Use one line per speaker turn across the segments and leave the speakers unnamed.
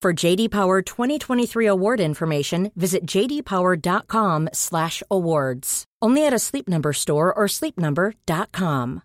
For JD Power 2023 award information, visit jdpower.com/awards. Only at a Sleep Number store or sleepnumber.com.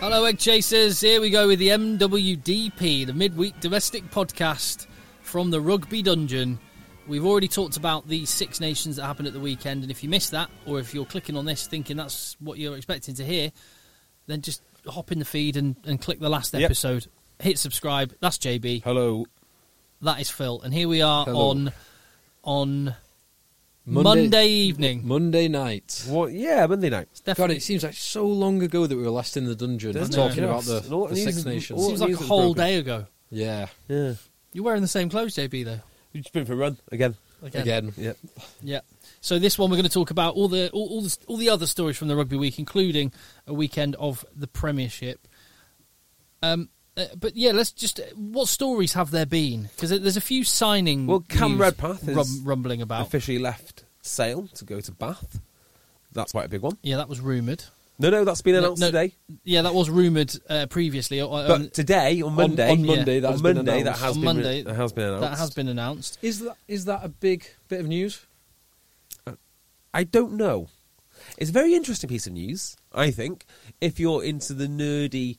Hello, Egg Chasers. Here we go with the MWDP, the midweek domestic podcast from the Rugby Dungeon. We've already talked about the Six Nations that happened at the weekend, and if you missed that, or if you're clicking on this thinking that's what you're expecting to hear, then just hop in the feed and, and click the last
Yep.
episode. Hit subscribe. That's JB.
Hello.
That is Phil. And here we are
Hello.
on on Monday,
Monday-
evening.
Monday night.
What? Yeah, Monday night.
It's
God,
definitely
it seems like so long ago that we were last in the dungeon
Doesn't
talking
it?
about the,
And all-
the
and
Six
these-
Nations.
all-
seems like a
News is
whole
broken.
day ago.
yeah,
Yeah.
You're wearing the same clothes, JB, though.
We've just been for a run again.
again.
Yeah.
Yeah. So this one we're going to talk about all the all, all the all the other stories from the rugby week, including a weekend of the Premiership. Um, uh, but yeah, let's just what stories have there been? Because there's a few signing.
Well, Cam
news
Redpath is
rum- rumbling about.
Officially left Sale to go to Bath. That's quite a big one.
Yeah, that was rumored.
No, no, that's been
No,
announced
no,
today.
Yeah, that was rumored uh, previously. uh, uh,
But today, on Monday,
on Monday that
on
has been
Monday, that
announced.
has
On
been
Monday,
that has been announced.
that has been announced.
Is that is that a big bit of news?
Uh, I don't know. It's a very interesting piece of news, I think, if you're into the nerdy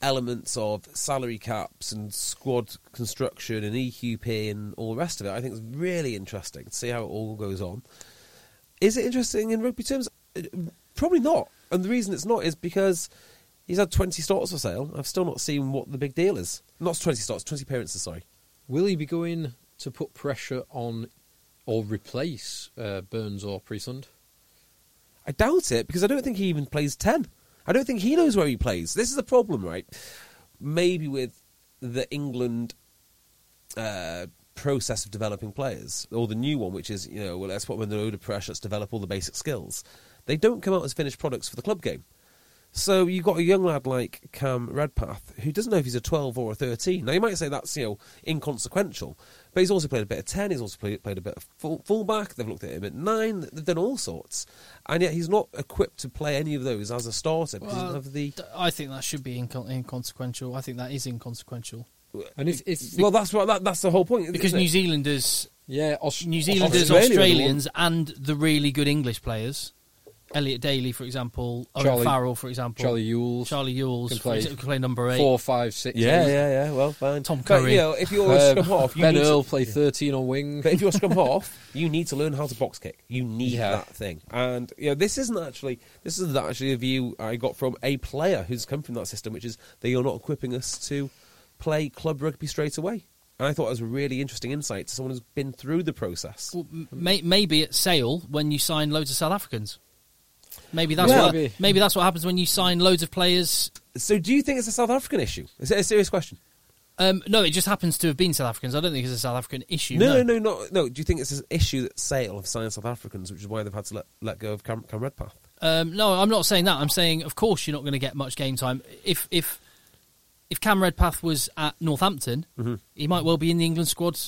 elements of salary caps and squad construction and EQP and all the rest of it. I think it's really interesting to see how it all goes on. Is it interesting in rugby terms? Uh, Probably not. And the reason it's not is because he's had 20 starts for sale. I've still not seen what the big deal is. Not 20 starts, 20 appearances, sorry.
Will he be going to put pressure on or replace uh, Burns or Priestland?
I doubt it because I don't think he even plays 10. I don't think he knows where he plays. This is the problem, right? Maybe with the England uh, process of developing players, or the new one, which is, you know, well, let's put them under a load of pressure, let's develop all the basic skills. They don't come out as finished products for the club game. So you've got a young lad like Cam Redpath who doesn't know if he's a 12 or a 13. Now, you might say that's, you know, inconsequential, but he's also played a bit of 10, he's also played, played a bit of full, fullback, they've looked at him at 9, they've done all sorts. And yet he's not equipped to play any of those as a starter because
Well,
of the...
d- I think that should be incon- inconsequential. I think that is inconsequential
And it's, it's
Well, that's what that, that's the whole point.
because
isn't
New
it?
Zealanders,
yeah, Aus-
New Zealanders,
Australia are the
Australians, and the really good English players. Elliot Daly, for example, Owen
Charlie-
Farrell, for example,
Charlie Ewells
Charlie Ewells
can
for
play
example, can play number eight.
Four, five, six.
Yeah,
eight.
yeah, yeah. Well, fine.
Tom
But,
Curry.
you know, if you're a
Uh,
scrum half, you
ben
need to-
Earl play thirteen on wing.
But if you're a scrum half, you need to learn how to box kick. You need
Yeah.
that thing. And you know, this isn't actually this isn't actually a view I got from a player who's come from that system, which is they are not equipping us to play club rugby straight away. And I thought that was a really interesting insight to someone who's been through the process.
Well, m- may, maybe at Sale when you sign loads of South Africans. Maybe that's
Yeah.
what,
Maybe.
maybe that's what happens when you sign loads of players.
So, do you think it's a South African issue? Is it a serious question?
Um, no, it just happens to have been South Africans. I don't think it's a South African issue.
no, no, no, no. Do you think it's an issue that Sale have signed South Africans, which is why they've had to let, let go of Cam, Cam Redpath?
Um, no, I'm not saying that. I'm saying, of course, you're not going to get much game time. If if if Cam Redpath was at Northampton, he might well be in the England squad.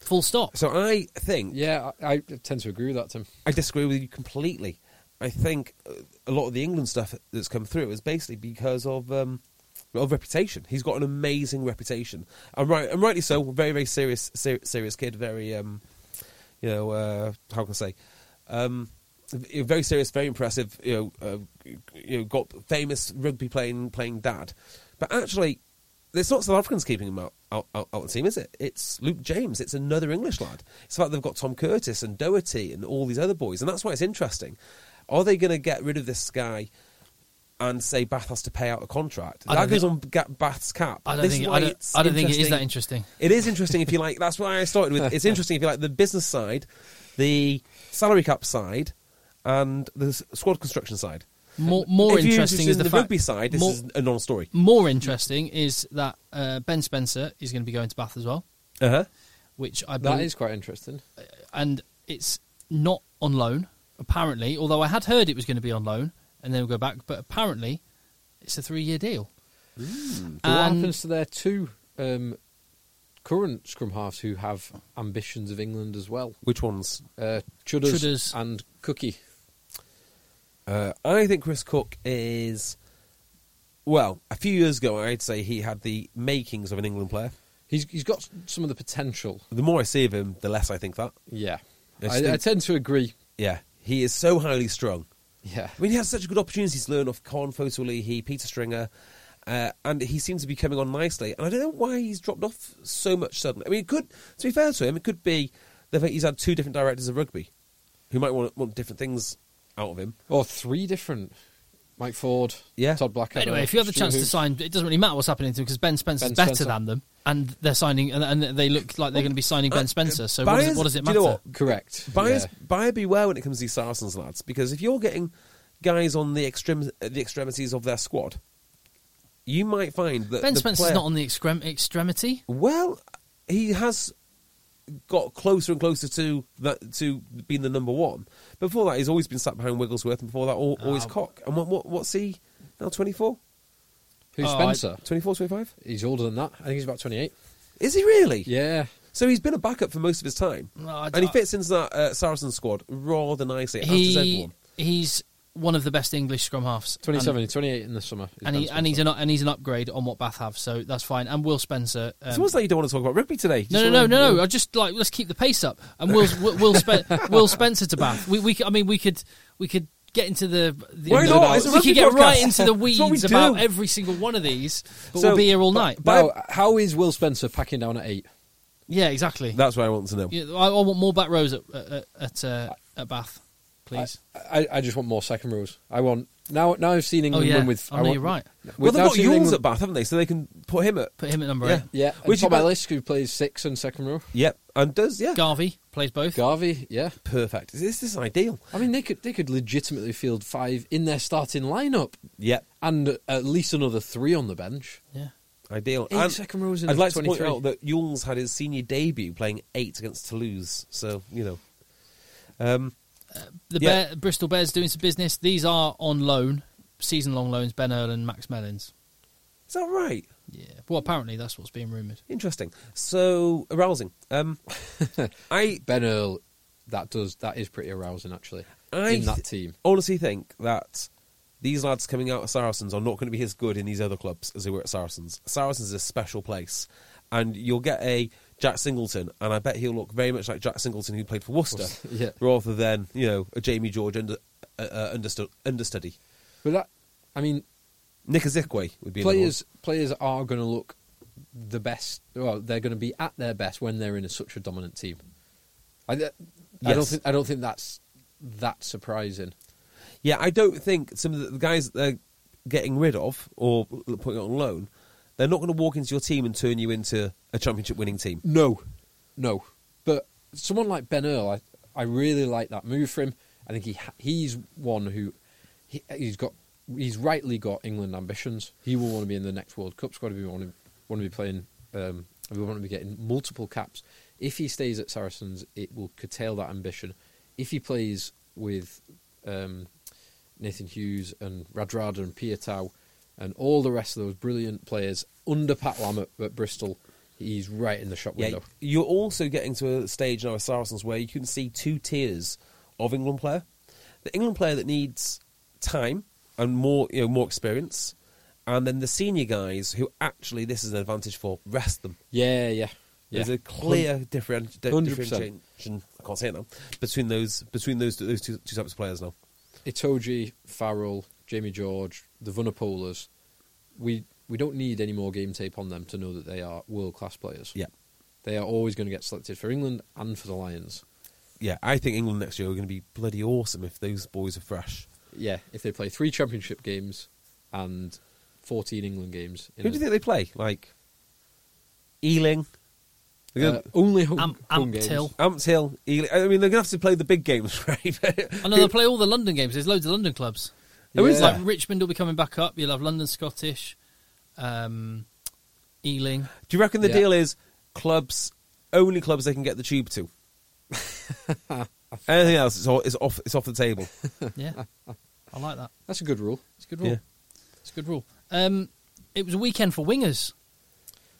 Full stop.
Mm-hmm. So, I think
yeah, I, I tend to agree with that, Tim.
I disagree with you completely. I think uh, a lot of the England stuff that's come through is basically because of um, of reputation. He's got an amazing reputation, and right and rightly so. Very very serious ser- serious kid. Very um, you know, uh, how can I say? Um, a very serious, very impressive. You know, uh, you know, got famous rugby playing playing dad, but actually, it's not South Africans keeping him out out, out, out of the team, is it? It's Luke James. It's another English lad. It's the fact they've got Tom Curtis and Doherty and all these other boys, and that's why it's interesting. Are they going to get rid of this guy? And say Bath has to pay out a contract.
I
That
don't
goes on
think-
Ga- Bath's cap.
I don't
This is
think
why
I don't,
it's
I don't think it is that interesting.
it is interesting if you like. That's why I started with. It's interesting if you like the business side, the salary cap side, and the s- squad construction side.
More, more
uh, if you're
interesting
interested
is
in
the,
the,
fact,
rugby side. This
more,
is a non-story.
more interesting is that uh, Ben Spencer is going to be going to Bath as well,
Uh huh.
which I
That
Mm.
believe,
is quite interesting.
and it's not on loan apparently. Although I had heard it was going to be on loan and then go back, but apparently it's a three-year deal.
But what
And-
happens to their two um, current scrum halves who have ambitions of England as well?
Which ones?
Uh, Chudders,
Chudders.
and Cookie.
Uh, I think Chris Cook is. Well, a few years ago, I'd say he had the makings of an England player.
He's he's got s- some of the potential.
The more I see of him, the less I think that.
Yeah,
I
I, I
think-
tend to agree.
Yeah, he is so highly strung.
Yeah,
I mean, he had such good opportunities to learn off Con, Foto Leahy, Peter Stringer, uh, and he seems to be coming on nicely. And I don't know why he's dropped off so much suddenly. I mean, it could, to be fair to him, it could be the fact he's had two different directors of rugby who might want, want different things out of him.
or three different. Mike Ford,
Yeah.
Todd Blackadder.
Anyway, if you have the
Stuart
chance to
Hoops.
sign, it doesn't really matter what's happening to him because Ben Spencer's
Ben
better
Spencer.
than them, and they're signing, and, and they look like they're going to be signing Ben Spencer. So what does,
Buyers-
it, what does it
uh, do you
matter?
know
correct,
Buyers,
Yeah.
Buyer beware when it comes to these Saracens lads, because if you're getting guys on the extrem, uh, the extremities of their squad, you might find that
Ben
the
Spencer's
player-
not on the excrem- extremity.
Well, he has got closer and closer to that to being the number one. Before that, he's always been sat behind Wigglesworth, and before that, al- always
Oh.
Cock. And what, what what's he now? 24?
Who's
Oh, I-
Spencer?
24, 25?
He's older than that. I think he's about twenty-eight.
Is he really?
Yeah,
So he's been a backup for most of his time,
No, I-
and he fits into that uh, Saracen squad rather nicely. after
He
everyone.
he's one of the best English scrum halves. And-
27, 28 in the summer. is
and,
Ben
he, and he's
Spencer.
an and he's an upgrade on what Bath have, so that's fine. And Will Spencer. Um,
It's almost like you don't want to talk about rugby today.
no, no, no, no, no. I just like let's keep the pace up. And Will Will, Will, Spen- Will Spencer to Bath. We, we c- I mean we could we could get into the, the
Why
the-
not? It's a
we could
rugby
get right
podcast.
into the
It's what we
weeds
do.
about every single one of these, but
So-
we'll be here all
but-
night.
but-
Now, how is Will Spencer packing down at eight?
yeah, exactly.
That's what I want to know.
yeah, I, I want more back rows at at at, uh, at Bath, please.
I, I just want more second rows. I want now. Now I've seen England
yeah.
win with.
Oh,
I
no,
want,
you're right.
Well,
with- now
they've
I've
got
seen
Yules
England-
at Bath, haven't they? So they can put him at.
Put him at number
Yeah.
eight.
Yeah,
Which
which
you
on my
got-
list who plays six and second row.
Yep, and does yeah.
Garvey plays both.
Garvey, yeah.
Perfect. This is ideal.
I mean, they could they could legitimately field five in their starting lineup
Yep.
and at least another three on the bench.
yeah.
Ideal.
Eight second rows in
I'd
the
like to point
23.
out that Yules had his senior debut playing eight against Toulouse. So you know, um,
The
Yeah.
Bear, Bristol Bears doing some business. These are on loan, season long loans. Ben Earl and Max Mellins.
is that right?
Yeah. Well, apparently that's what's being rumoured.
Interesting. So arousing. Um, I
Ben Earl, that does that is pretty arousing actually
I
in that
th-
team.
honestly think that these lads coming out of Saracens are not going to be as good in these other clubs as they were at Saracens. Saracens is a special place, and you'll get a Jack Singleton, and I bet he'll look very much like Jack Singleton who played for Worcester,
Yeah.
rather than you know a Jamie George under, uh, uh, understu- understudy.
But that, I mean,
Nick Azikwe would be another one.
players players are going to look the best. Well, they're going to be at their best when they're in a, such a dominant team. I, I don't
Yes.
think I don't think that's that surprising.
Yeah, I don't think some of the guys that they're getting rid of or putting on loan, they're not going to walk into your team and turn you into a championship winning team.
No, no. But someone like Ben Earl, I, I really like that move for him. I think he ha- he's one who he, he's got he's rightly got England ambitions. He will want to be in the next World Cup squad. He want to want to be playing. Um, he want to be getting multiple caps. If he stays at Saracens, it will curtail that ambition. If he plays with um, Nathan Hughes and Radrada and Pietau and all the rest of those brilliant players under Pat Lam at, at Bristol, he's right in the shop
Yeah,
window.
you're also getting to a stage now with Saracens where you can see two tiers of England player. The England player that needs time and more, you know, more experience, and then the senior guys who actually this is an advantage for rest them.
Yeah, yeah. Yeah.
There's a clear different, di-
100%.
differentiation. I can't say it now between those between those those two, two types of players now.
Itoji, Farrell, Jamie George, the Vunapolas, we we don't need any more game tape on them to know that they are world class players.
Yeah,
They are always going to get selected for England and for the Lions.
yeah. I think England next year are going to be bloody awesome if those boys are fresh.
Yeah, if they play three championship games and fourteen England games. in
Who
a-
do you think they play? Like Ealing, They're gonna-
uh, only home,
Amp-
home
Amp
games.
Till.
Amps Hill, Ealing. I mean, they're going to have to play the big games, right?
I know they play all the London games. There's loads of London clubs.
Who is
Like
there?
Richmond will be coming back up. You'll have London Scottish, um, Ealing.
Do you reckon the
Yeah.
deal is clubs only clubs they can get the tube to? Anything else is all, is off it's off the table.
Yeah, I like that.
That's a good rule.
It's a good rule.
Yeah.
It's a good rule. Um, it was a weekend for wingers.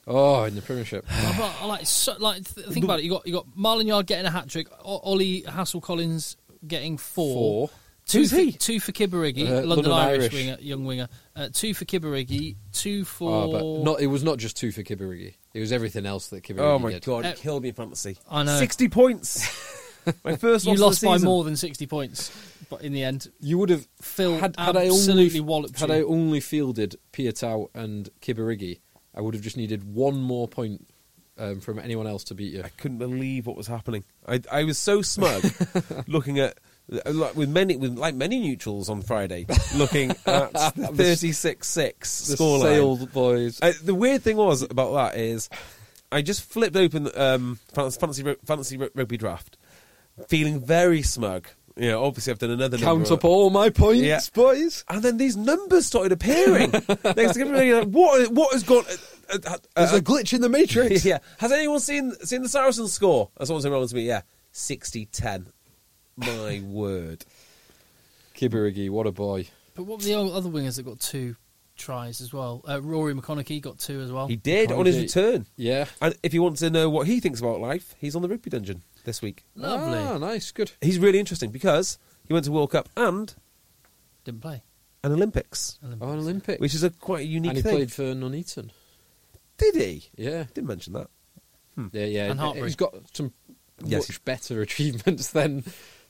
Oh, in the Premiership.
I, I like so, like th- think about it. You got you got Marlon Yard getting a hat trick. O- Ollie Hassel Collins getting four.
Four.
Two
Who's
for,
he?
two for Kibberiggy,
Uh,
London,
London
Irish,
Irish.
winger, young winger. Uh, two for Kibberiggy, two for.
Oh, but not, it was not just two for Kibirigi. It was everything else that Kibirigi
Oh my
did.
god,
Uh,
it killed me in fantasy.
I know.
Sixty points. My first
you
loss
lost
of the
by
season.
more than sixty points, but in the end,
You would have
Phil
had, had I
absolutely
only
walloped
had
you.
I only fielded Piatau and Kibarigi, I would have just needed one more point um, from anyone else to beat you.
I couldn't believe what was happening. I, I was so smug looking at like with many with like many neutrals on Friday looking at the 36-6
The
scoreline.
Sale boys.
I, Uh, the weird thing was about that is, I just flipped open um, fan- fantasy ru- fantasy ru- rugby draft, feeling very smug. You know, obviously I've done another
Count
number
up all my points,
Yeah.
boys.
and then these numbers started appearing. Next to everybody, like, what what has gone? Uh, uh, uh, uh,
glitch in the matrix.
yeah, has anyone seen seen the Saracens score? And someone turned around to me, yeah, 60-10. My word.
Kibarigi, what a boy.
But what were the o- other wingers that got two tries as well? Uh, Rory McConaughey got two as well.
He did on his
Kanji.
return.
Yeah.
And if you want to know what he thinks about life, he's on the Rugby Dungeon this week.
Lovely.
Ah, nice, good.
he's really interesting because he went to World Cup and
Didn't play.
an Olympics,
Oh, an Olympic.
which is a quite a unique
and he
thing.
played for Nuneaton.
Did he?
Yeah.
Didn't mention that.
Yeah, yeah.
And Hartbury.
He's got some
Hmm. Yes.
much better achievements than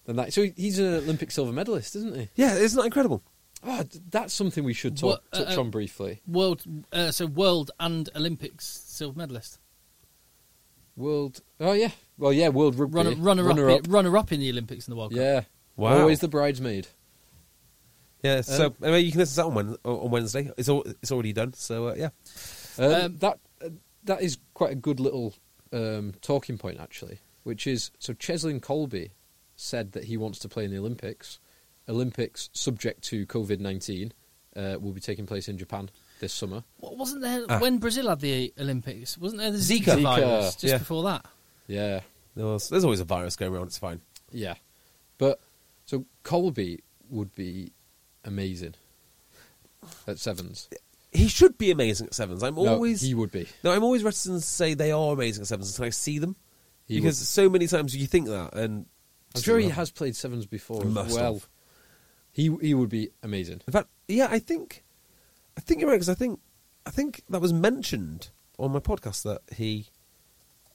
than that. So he- he's an Olympic silver medalist, isn't he?
Yeah, isn't that incredible?
Oh, d- that's something we should talk,
What, uh,
touch
uh,
on briefly.
World, uh, so world and Olympics silver medalist.
World. Oh yeah. Well, yeah. World rugby
Runner, runner, up, in- runner up in the Olympics and the World Cup.
Yeah.
Wow.
Always the bridesmaid. Um,
Yeah, so anyway, you can listen to that on, Wen- on Wednesday. It's all, it's already done. So uh, yeah,
Um,
Um,
that uh, that is quite a good little um, talking point actually, which is so Cheslin Colby said that he wants to play in the Olympics. Olympics subject to COVID nineteen uh, will be taking place in Japan this summer.
What, wasn't there
Ah.
when Brazil had the Olympics? Wasn't there the
Zika.
Zika,
Zika,
virus just
yeah.
before that?
Yeah.
there was, there's always a virus going around. It's fine.
Yeah, but so Colby would be amazing at sevens.
He should be amazing at sevens. I'm
No,
always
he would be.
No, I'm always reticent to say they are amazing at sevens until I see them,
He
because
would.
so many times you think that, and
I'm sure he has played sevens before as
Must
well.
have.
He he would be amazing.
In fact, yeah, I think, I think you're right because I think, I think that was mentioned on my podcast that he,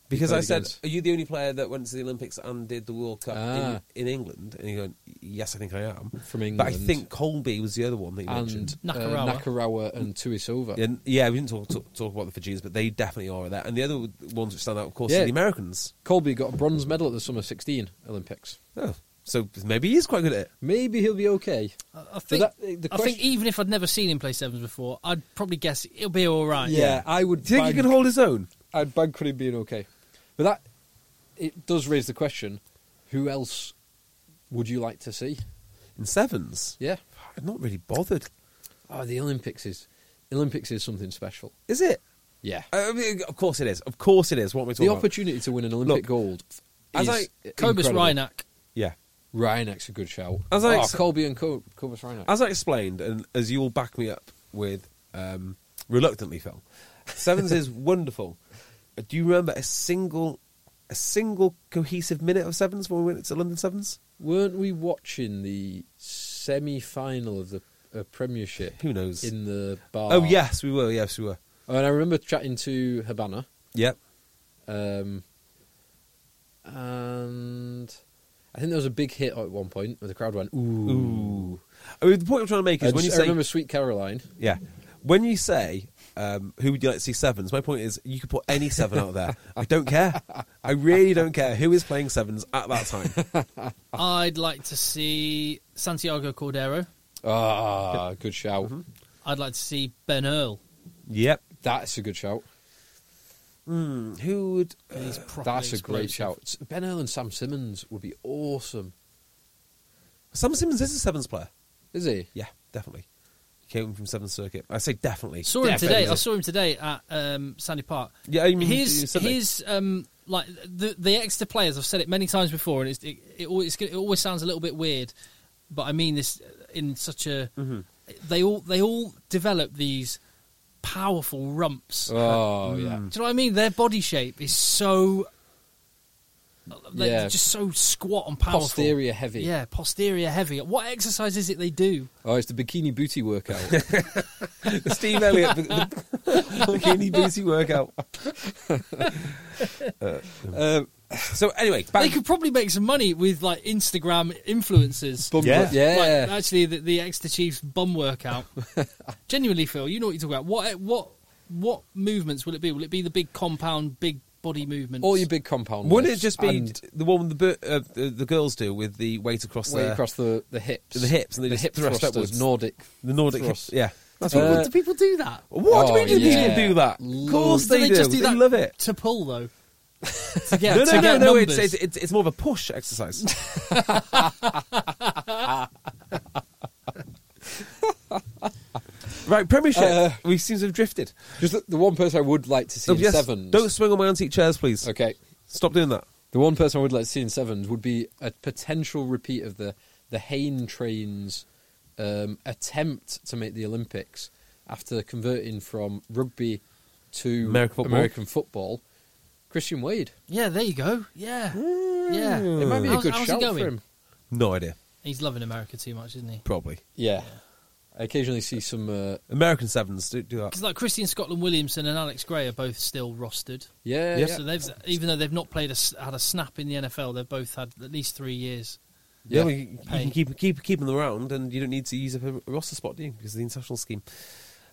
because
played
I said,
against-
"Are you the only player that went to the Olympics and did the World Cup
Ah.
in, in England?" And he went, "Yes, I think I am
From
But I
England.
think Colby was the other one that he
And
mentioned.
uh,
Nakarawa.
Nakarawa and Tuisova.
And yeah, we didn't talk, talk talk about the Fijians, but they definitely are there. And the other ones which stand out, of course,
Yeah.
are the Americans.
Colby got a bronze medal at the Summer 16 Olympics.
Oh, so maybe he is quite good at it.
Maybe he'll be okay.
I, I think.
that- the
I think
question-
even if I'd never seen him play sevens before, I'd probably guess it'll be all right.
I would.
Do you think he can hold his own?
I'd bank on him being okay. But that it does raise the question: Who else would you like to see?
in sevens.
Yeah.
I'm not really bothered.
Oh, the Olympics is Olympics is something special.
Is it?
Yeah,
Uh, I mean, of course it is. Of course it is. What am I talking
the
about?
opportunity to win an Olympic
Look,
gold.
as
Is
I-
Kobus
incredible.
Reinach.
Yeah.
Reinach's a good shout.
As I
oh,
ex-
Colby and Co- Kobus Reinach.
As I explained, and as you'll back me up with, um, reluctantly, Phil, sevens is wonderful. But Do you remember a single, a single cohesive minute of sevens when we went to London Sevens?
Weren't we watching the semi-final of the uh, Premiership?
Who knows?
In the bar.
Oh yes, we were. Yes, we were.
Oh, and I remember chatting to Habana,
Yep.
Um, and I think there was a big hit at one point where the crowd went, ooh.
Ooh. I mean, the point I'm trying to make
I,
is when you
just- I
say
remember Sweet Caroline.
Yeah. When you say, um, who would you like to see sevens? My point is, you could put any seven out there. I don't care. I really don't care who is playing sevens at that time.
I'd like to see Santiago Cordero.
Ah, good shout.
I'd like to see Ben Earl.
yep.
That's a good shout.
Who would. uh,
and he's properly
That's a great
explosive.
shout. S- Ben Earl and Sam Simmons would be awesome.
Sam Simmons is a sevens player.
Is he?
Yeah, definitely. He came from Seventh Circuit. I say definitely.
Saw him
Yeah,
today.
Ben
I
Earl.
saw him today at um, Sandy Park.
Yeah, I mean,
his
Sunday.
his um like the the Exeter players. I've said it many times before, and it's, it it always, it always sounds a little bit weird, but I mean this in such a
Mm-hmm.
they all they all develop these powerful rumps. Mm.
Oh, yeah.
Do you know what I mean? Their body shape is so. They're
Yeah.
just so squat and powerful.
Posterior heavy.
Yeah, posterior heavy. What exercise is it they do?
Oh, it's the bikini booty workout.
Steve Elliott. with The bikini booty workout. Uh,
um,
So, anyway, back.
They could probably make some money with like Instagram influencers.
bum-
Yeah.
yeah.
Like, actually, the, the Exeter Chiefs bum workout. Genuinely, Phil, you know what you're talking about. What eh, what what movements will it be? Will it be the big compound, big body movements?
All your big compound.
Wouldn't it
lifts
just be
and
the one the, bir- uh, the the girls do with the weight across
way
their-
across the, the hips?
The hips, and they
the
just
hip
thrust
thrusters,
upwards.
Nordic.
the Nordic? hip-
thrust.
yeah,
Do people-
Uh,
do people do that?
What
Oh,
do you mean
yeah.
people do that? Of course they, do.
just do
they
that
love it.
to pull though. to get,
no,
to
no, no,
get
no. It's,
numbers.
it's it's it's more of a push exercise. right, Premiership.
Uh,
we seem to have drifted.
Just the, the one person I would like to see
Oh,
in
yes,
sevens.
Don't swing on my antique chairs, please.
Okay.
Stop doing that.
The one person I would like to see in sevens would be a potential repeat of the the Hain Trains um, attempt to make the Olympics after converting from rugby to
American football.
American football. Christian Wade.
yeah, there you go. Yeah, yeah.
Mm.
It might be a
Hmm.
How's-
good
how's he
shout for
going?
him.
No idea.
He's loving America too much, isn't he?
Probably
Yeah. I occasionally see some. Uh,
American sevens do, do that.
Because like Christian Scotland Williamson and Alex Gray are both still rostered.
yeah,
Yes.
yeah.
So they've even though they've not played a s had a snap in the NFL, they've both had at least three years.
Yeah,
Yeah.
well, you, you
Hey.
can keep keep keep them around, and you don't need to use up a roster spot, do you? Because of the international scheme.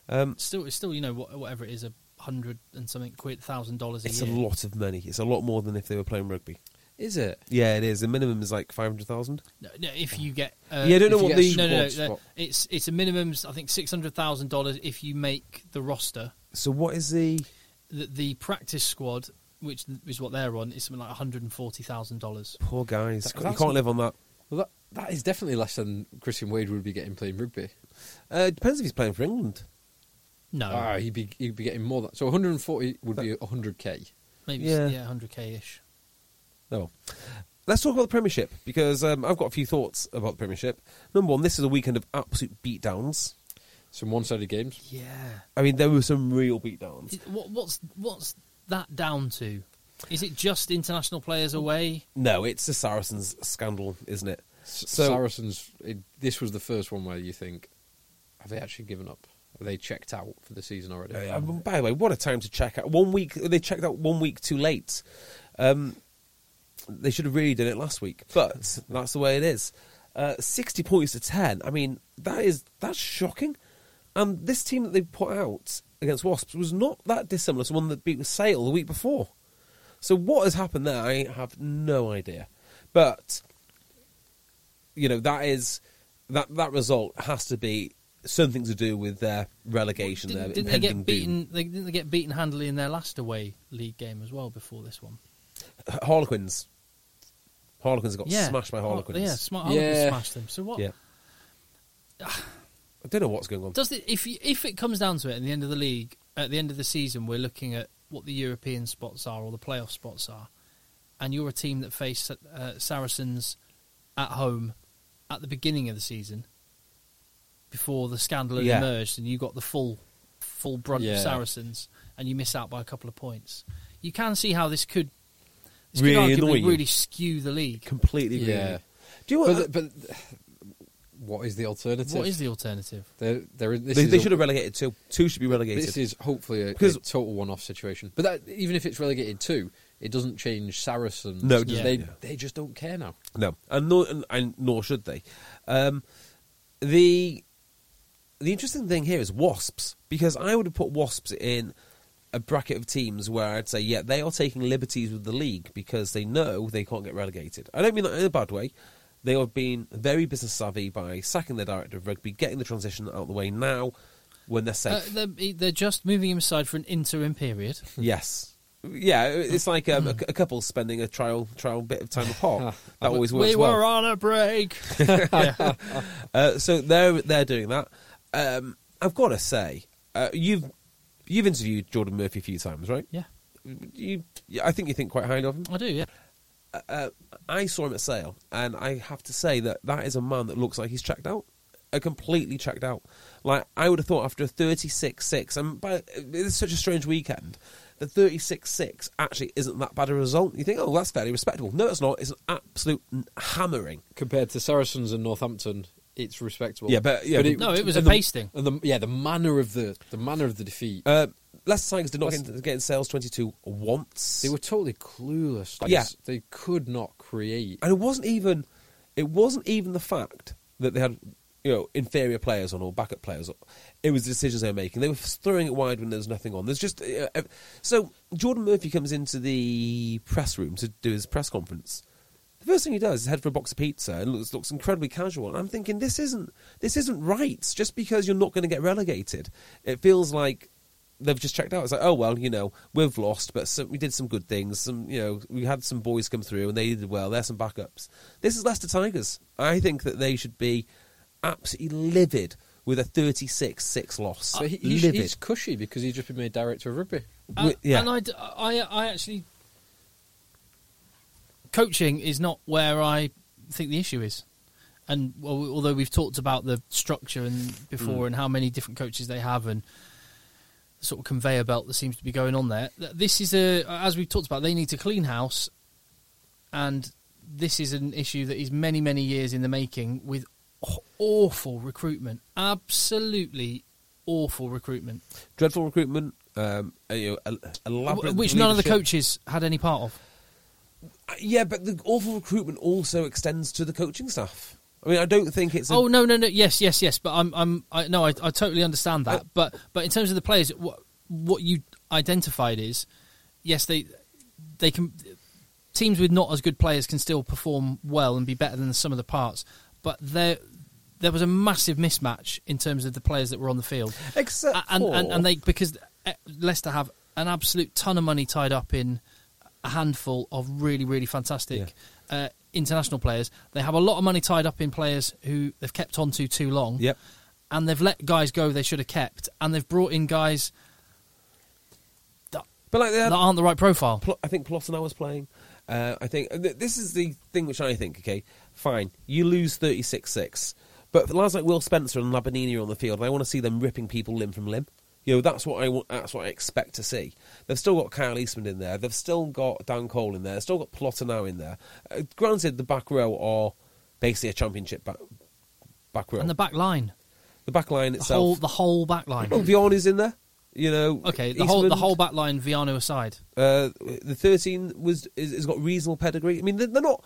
Hmm.
Still, it's still you know wha- whatever it is, a hundred and something quid, thousand dollars a
It's a
year.
lot of money. It's a lot more than if they were playing rugby.
Is it?
Yeah, it is. The minimum is like five hundred thousand.
No, no, if you get uh,
Yeah, I don't know
if you get
what the-
no, no, no,
squad
no,
spot.
it's it's a minimum. I think six hundred thousand dollars if you make the roster.
So what is the?
The, the practice squad, which is what they're on, is something like one hundred and forty thousand dollars.
Poor guys.
That-
you
that's-
can't live on that.
Well, that, that is definitely less than Christian Wade would be getting playing rugby.
Uh, it depends if he's playing for England.
No,
Oh.
Ah, he'd be he'd be getting more than so 140 would be 100k.
maybe
yeah.
yeah, hundred k ish.
No. Oh Let's talk about the Premiership because um, I've got a few thoughts about the Premiership. Number one, this is a weekend of absolute beatdowns.
Some one-sided games.
Yeah.
I mean, there were some real beatdowns.
Is- What, what's what's that down to? Is it just international players away?
No, it's the Saracens scandal, isn't it?
So Saracens. It, this was the first one where you think, have they actually given up? Have they checked out for the season already?
Uh, by the way, what a time to check out. One week they checked out one week too late. Um, they should have really done it last week, but that's the way it is. Uh, Sixty points to ten. I mean, that is that's shocking. And this team that they put out against Wasps was not that dissimilar to one that beat Sale the week before. So what has happened there? I have no idea. But you know that is that that result has to be something to do with their relegation.
Didn't,
their
didn't they
impending
get
doom.
beaten? They, didn't they get beaten handily in their last away league game as well before this one?
Harlequins. Harlequins got smashed by
Har-
Harlequins.
Yeah, smart Harlequins
Yeah.
smashed them. So what?
Yeah. I don't know what's going on.
Ah. Does it, if you, if it comes down to it, at the end of the league, at the end of the season, we're looking at what the European spots are or the playoff spots are, and you're a team that faced uh, Saracens at home at the beginning of the season before the scandal had
Yeah.
emerged, and you got the full full brunt of
Yeah.
Saracens, and you miss out by a couple of points. You can see how this could this
Really
could
annoy
arguably
you.
really skew the league.
Completely agree.
Yeah.
Do you know
But, th-
what?
but th- what is the alternative?
What is the alternative?
They're, they're, this
they
is
they
a-
should have relegated two. Two should be relegated.
This is hopefully a, a
Because-
total one-off situation. But that, even if it's relegated two, It doesn't change Saracens.
No, it
'cause
doesn't,
they
yeah.
they just don't care now.
No, and nor, and, and nor should they. Um, the the interesting thing here is wasps because I would have put wasps in a bracket of teams where I'd say, yeah, they are taking liberties with the league because they know they can't get relegated. I don't mean that in a bad way. They have been very business savvy by sacking their director of rugby, getting the transition out of the way now when they're
Uh,
safe.
they're, they're just moving him aside for an interim period.
yes. Yeah, it's like um, a, a couple spending a trial trial bit of time apart. That always works
we
well.
were on a break. yeah.
Uh, so they're they're doing that. Um, I've got to say, uh, you've you've interviewed Jordan Murphy a few times, right?
yeah,
You, yeah, I think you think quite highly of him.
I do. Yeah,
Uh, I saw him at Sale, and I have to say that that is a man that looks like he's checked out, uh, completely checked out. Like I would have thought after a thirty-six-six, and by, it's such a strange weekend. The thirty-six-six actually isn't that bad a result. You think, oh, that's fairly respectable. No, it's not. It's an absolute hammering.
Compared to Saracens and Northampton, it's respectable.
Yeah, but- yeah, but-
No, it was a
and the-
pasting.
And the, yeah, the manner of the the manner of the defeat.
Uh, Leicester Tigers did not
Leicester-
get, get in sales 22 once.
they were totally clueless. Like,
Yeah. Uh,
s- they could not create.
and it wasn't even it wasn't even the fact that they had you know inferior players on or backup players. on. It was the decisions they were making. They were throwing it wide when there was nothing on. There's just uh, uh, so Jordan Murphy comes into the press room to do his press conference. The first thing he does is head for a box of pizza and looks, looks incredibly casual. And I'm thinking this isn't this isn't right. Just because you're not going to get relegated, it feels like they've just checked out. It's like, oh well, you know, we've lost, but some, we did some good things. Some, you know, we had some boys come through and they did well. There's some backups. This is Leicester Tigers. I think that they should be absolutely livid with a 36-6 loss.
So he, he's,
livid.
he's cushy because he's just been made director of rugby.
Uh,
yeah.
And I, d- I, I actually, coaching is not where I think the issue is. And well, although we've talked about the structure and before and how many different coaches they have and the sort of conveyor belt that seems to be going on there, th- this is a as we've talked about. They need to clean house, and this is an issue that is many many years in the making with aw- awful recruitment, absolutely awful recruitment.
Dreadful recruitment. Um, uh, you know, el- elaborate
which none of the
leadership.
coaches had any part of.
Yeah, but the awful recruitment also extends to the coaching staff. I mean, I don't think it's. A,
oh no, no, no. Yes, yes, yes. But I'm, I'm, I, no, I, I totally understand that. but, but in terms of the players, what, what you identified is, yes, they, they can, teams with not as good players can still perform well and be better than the sum of the parts. But there, there was a massive mismatch in terms of the players that were on the field.
except
A- and, and
for-
and they because eh, Leicester have an absolute ton of money tied up in a handful of really really fantastic uh, international players. They have a lot of money tied up in players who they've kept on to too long.
Yep.
and they've let guys go they should have kept, and they've brought in guys that,
but like they had
that aren't the right profile.
Pl- I think Plotinau was playing. Uh, I think th- this is the thing which I think. Okay, fine, you lose thirty six six, but for lads like Will Spencer and Labanini are on the field, and I want to see them ripping people limb from limb. You know, that's what I want. That's what I expect to see. They've still got Kyle Eastman in there. They've still got Dan Cole in there. They've still got Plotinau in there. Uh, granted, the back row are basically a championship back, back row.
And the
the,
back line,
back line
the whole
itself.
the whole back
Oh,
line.
Viani's in there. You know,
Okay, the whole the
Eastman.
whole back line. Viano aside,
Uh, the 13 was is, has got reasonable pedigree. I mean, they're, they're not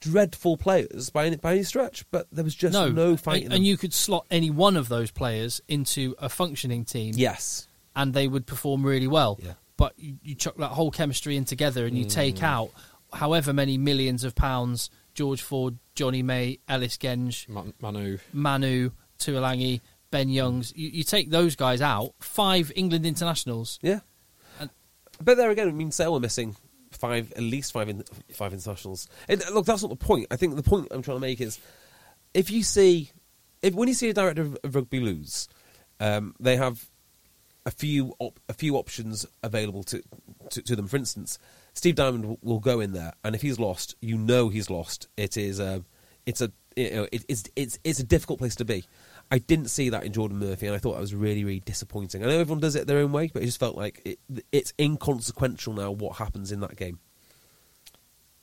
dreadful players by any, by any stretch, but there was just no, fighting.
and, and you could slot any one of those players into a functioning team.
yes,
and they would perform really well.
Yeah. Mm.
But you, you chuck that whole chemistry in together and you take out however many millions of pounds George Ford, Johnny May, Ellis Genge,
Mm.
Man- Manu,
Manu, Tuolangi, Ben Youngs. You, you take those guys out, five England internationals.
yeah.
And-
but there again, I mean, Sale were missing five, at least five, in, five internationals. And uh, look, that's not the point. I think the point I'm trying to make is if you see, if when you see a director of- of rugby lose, um, they have a few op- a few options available to, to to them. For instance, Steve Diamond w- will go in there, and if he's lost, you know he's lost. It is a it's a you know, it, it's it's it's a difficult place to be. I didn't see that in Jordan Murphy, and I thought that was really really disappointing. I know everyone does it their own way, but it just felt like it, it's inconsequential now what happens in that game.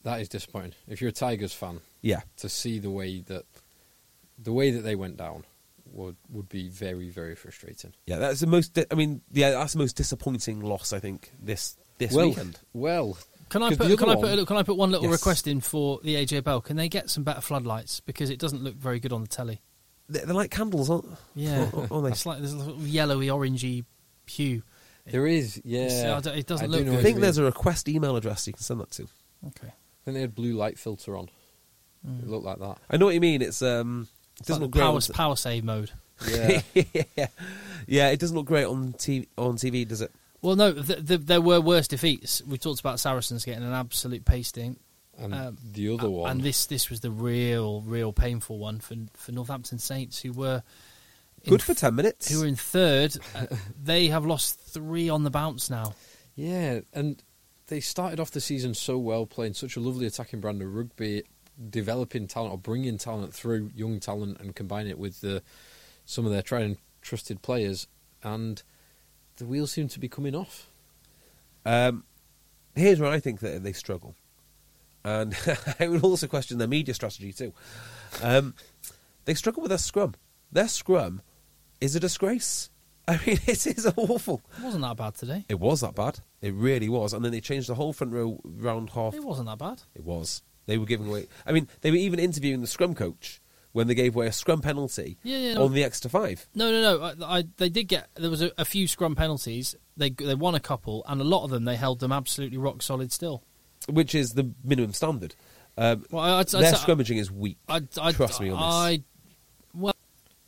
that is disappointing. If you're a Tigers fan,
Yeah,
to see the way that the way that they went down would would be very very frustrating.
yeah, that's the most. Di- I mean, yeah, that's the most disappointing loss I think this this
well,
weekend.
well,
Can I
'Cause the
put
other
can I
one-
put can I put one little
Yes.
request in for the AJ Bell? Can they get some better floodlights because it doesn't look very good on the telly?
They're, they're like candles, aren't
Yeah,
Or- or Oh, they-
it's like there's a sort of yellowy orangey hue.
There is,
See, I
yeah.
don't- it doesn't
do
look good.
know
I
what
Those
think
you
there's
mean.
a request email address you can send that to.
Okay,
I think they had blue light filter on. It looked like that.
I know what you mean. It's um,
it's
it
like
doesn't
the
look great.
power
On,
power save mode.
Yeah.
yeah, yeah, it doesn't look great on TV. On TV, does it?
Well, no, th th there were worse defeats. We talked about Saracens getting an absolute pasting.
and
Um,
the other
A-
one.
And this this was the real, real painful one for for Northampton Saints, who were in
Good for ten minutes.
who are in third. Uh, they have lost three on the bounce now.
Yeah, and they started off the season so well, playing such a lovely attacking brand of rugby, developing talent or bringing talent through young talent and combining it with the, some of their tried and trusted players, and the wheels seem to be coming off.
Um, here's where I think that they struggle, and I would also question their media strategy too. Um, they struggle with their scrum. Their scrum is a disgrace. I mean, it is awful.
It wasn't that bad today.
It was that bad. It really was. And then they changed the whole front row round half.
It wasn't that bad.
It was. They were giving away. I mean, they were even interviewing the scrum coach when they gave away a scrum penalty
Yeah, yeah, no.
on the extra five.
No, no, no. I, I, they did get there was a, a few scrum penalties. They they won a couple, and a lot of them they held them absolutely rock solid still.
which is the minimum standard. Um,
Well, I- I'd- I'd
their
say-
scrummaging is weak.
I, I,
Trust me on this.
I, well,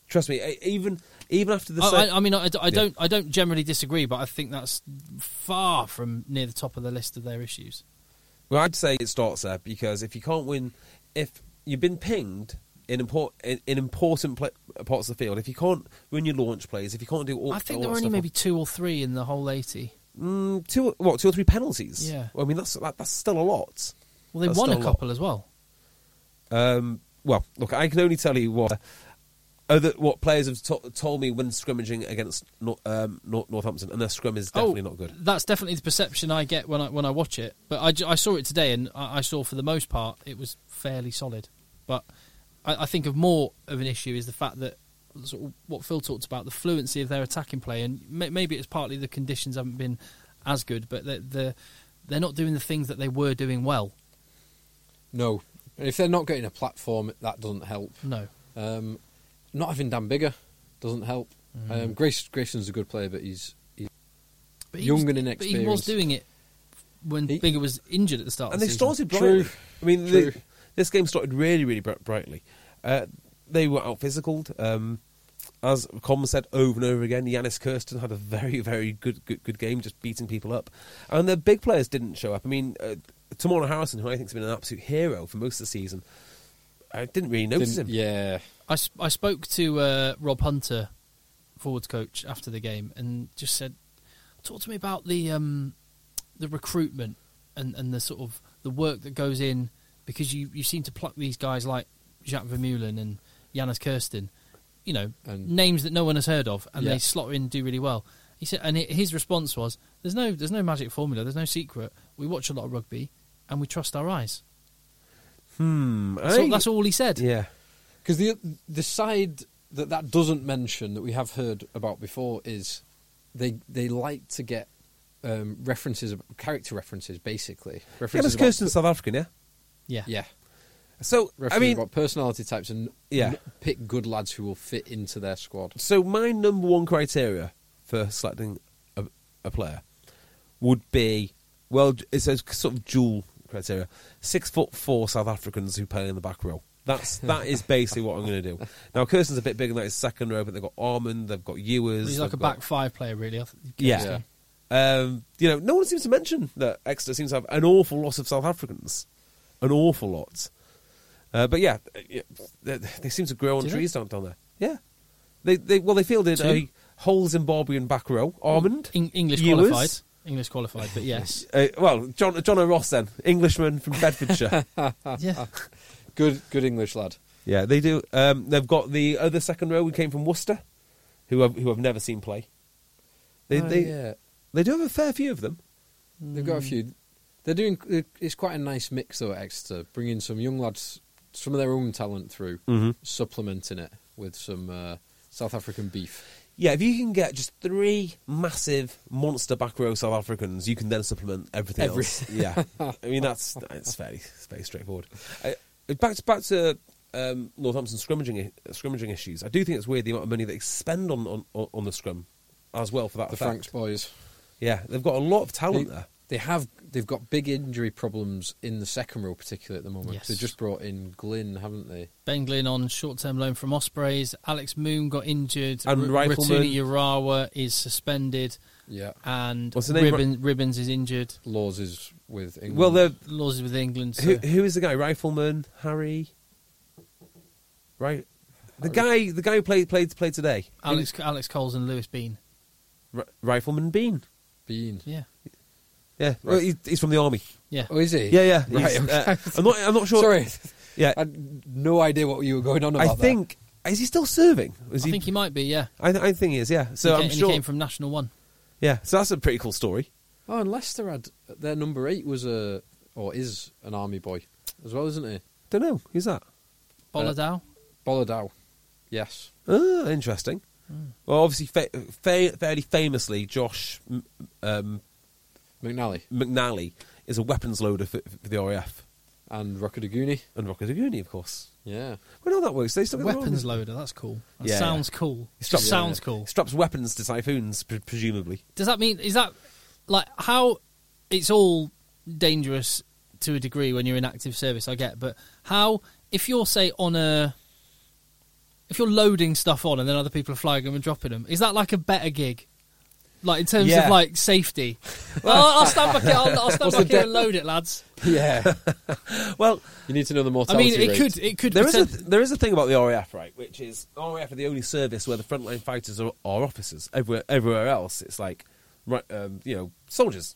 Trust me, I- even even after the
I,
sec-
I, I mean, I, I don't, I don't generally disagree, but I think that's far from near the top of the list of their issues.
well, I'd say it starts there because if you can't win, if you've been pinged in import in, in important pla parts of the field, if you can't win your launch plays, if you can't do all,
I think
all
there
that
were only
stuff,
maybe two or three in the whole eighty.
mm, two what two or three penalties.
Yeah.
Well, I mean that's that, that's still a lot.
Well, they
That's
won a
still a lot.
couple as well.
Um, well, look, I can only tell you what other, what players have to- told me when scrimmaging against Nor- um, Nor- Northampton, and their scrum is
Oh,
definitely not good.
That's definitely the perception I get when I when I watch it. But I, ju- I saw it today, and I, I saw for the most part it was fairly solid. But I, I think of more of an issue is the fact that sort of what Phil talked about the fluency of their attacking play, and may, maybe it's partly the conditions haven't been as good, but the, the they're not doing the things that they were doing well.
No, and if they're not getting a platform, that doesn't help.
No,
Um, not having Dan Bigger doesn't help. Um, Grace Grayson's a good player, but he's he,
but he
Young
was,
and
But he was
inexperienced.
doing it when
He-
Bigger was injured at the start. of
and
the
they
season.
started brightly.
True.
I mean,
True.
the- this game started really, really bri- brightly. Uh, they were out physicaled. Um, as Colm said over and over again, Yanis Kirsten had a very, very good, good, good game, just beating people up. And the big players didn't show up. I mean, uh, Tamora Harrison, who I think has been an absolute hero for most of the season, I didn't really notice
didn't-
him.
yeah,
I, s- I spoke to uh, Rob Hunter, forwards coach, after the game, and just said, "Talk to me about the um, the recruitment and, and the sort of the work that goes in because you, you seem to pluck these guys like Jacques Vermeulen and Janis Kirsten, you know,
And-
names that no one has heard of, and
Yeah.
they slot in, and do really well." He said, and hi- his response was, "There's no there's no magic formula. There's no secret. We watch a lot of rugby, and we trust our eyes."
Hmm.
That's, all,
I-
that's all he said.
Yeah.
Because the the side that that doesn't mention that we have heard about before is they they like to get um, references, character references, basically. References
Yanis
about-
Kirsten, South African, yeah?
Yeah.
yeah.
So, I
References
mean,
about personality types and
Yeah.
n- pick good lads who will fit into their squad.
So my number one criteria for selecting a, a player would be well, it's a sort of dual criteria: six foot four South Africans who play in the back row. That's that is basically what I'm going to do. Now Kirsten's a bit bigger than that. His second row, but they've got Armand, they've got Ewers.
He's like a
they've
back
got-
five player, really. I th-
yeah. Um, you know, no one seems to mention that Exeter seems to have an awful lot of South Africans, an awful lot. Uh, but yeah, yeah, they, they seem to grow on
Do they?
trees down, down there. Yeah, they they well they fielded
Two.
a whole Zimbabwean back row, Armand,
Eng- English
Ewers.
qualified. English qualified, but yes.
Uh, well, John John O'Ross then, Englishman from Bedfordshire.
yeah.
Good good English lad.
yeah, they do. Um, they've got the other second row who came from Worcester, who I've, who I've never seen play. They
Oh,
they
yeah.
they do have a fair few of them.
They've got a few. They're doing. It's quite a nice mix though. At Exeter bringing some young lads, some of their own talent through, supplementing it with some uh, South African beef.
Yeah, if you can get just three massive monster back row South Africans, you can then supplement everything
Every-
else. Yeah, I mean that's that's fairly it's very straightforward. I, back to back to um, Northampton scrimmaging i- scrimmaging issues. I do think it's weird the amount of money they spend on on, on the scrum as well for that
The
effect.
Franks boys.
Yeah, they've got a lot of
They,
talent Oh, there.
they have they've got big injury problems in the second row, particularly at the moment.
Yes.
They just brought in Glynn, haven't they?
Ben Glynn on short-term loan from Ospreys. Alex Moon got injured.
And
R-
Rifleman.
Ratuni Urawa is suspended,
Yeah,
and
What's the name?
Ribbon, Ribbons is injured.
Laws is with England.
Well, they're,
Laws is with England. So.
who, who is the guy? Rifleman Harry, right? The guy, the guy who played played played today.
Alex Alex Coles and Lewis Bean.
R- Rifleman Bean.
Bean.
Yeah,
Yeah, well, he's, he's from the army.
yeah.
Oh, is he?
Yeah, yeah.
Right,
he's,
okay.
uh, I'm not. I'm not sure.
Sorry,
Yeah,
I had no idea what you were going on
I
about. that.
think is he still serving? Is
I
he?
think he might be. Yeah,
I, th- I think he is. Yeah. So
he came,
I'm
and
sure. Uh,
he came from National One.
yeah. So that's a pretty cool story.
Oh, and Leicester had their number eight was a or is an army boy as well, isn't he?
Don't know. Who's that?
Boladow.
Boladow. Yes.
Ah, interesting.
Hmm.
Well, obviously, fa- fa- fairly famously, Josh M- um,
McNally
McNally is a weapons loader for, for the RAF
and Rockadaguni.
and Rockadaguni, of course.
Yeah.
Well, no, that works. They still got the
Weapons
wrong-
loader. That's cool. That
Yeah.
sounds cool.
Straps-
sounds cool.
Straps weapons to typhoons, pre- presumably.
Does that mean is that like how it's all dangerous to a degree when you're in active service? I get, but how if you're say on a if you're loading stuff on and then other people are flying them and dropping them, is that like a better gig? Like in terms
Yeah.
of like safety. Well, I'll, I'll stand back here. I'll, I'll stand back
the
here
de-
and load it, lads.
Yeah.
Well,
you need to know the
I
mortality
mean, it
rate.
could it could
There is a
potent-
there is a thing about the RAF, right? Which is RAF are the only service where the frontline fighters are, are officers. Everywhere, everywhere else, it's like, right, um, you know, soldiers.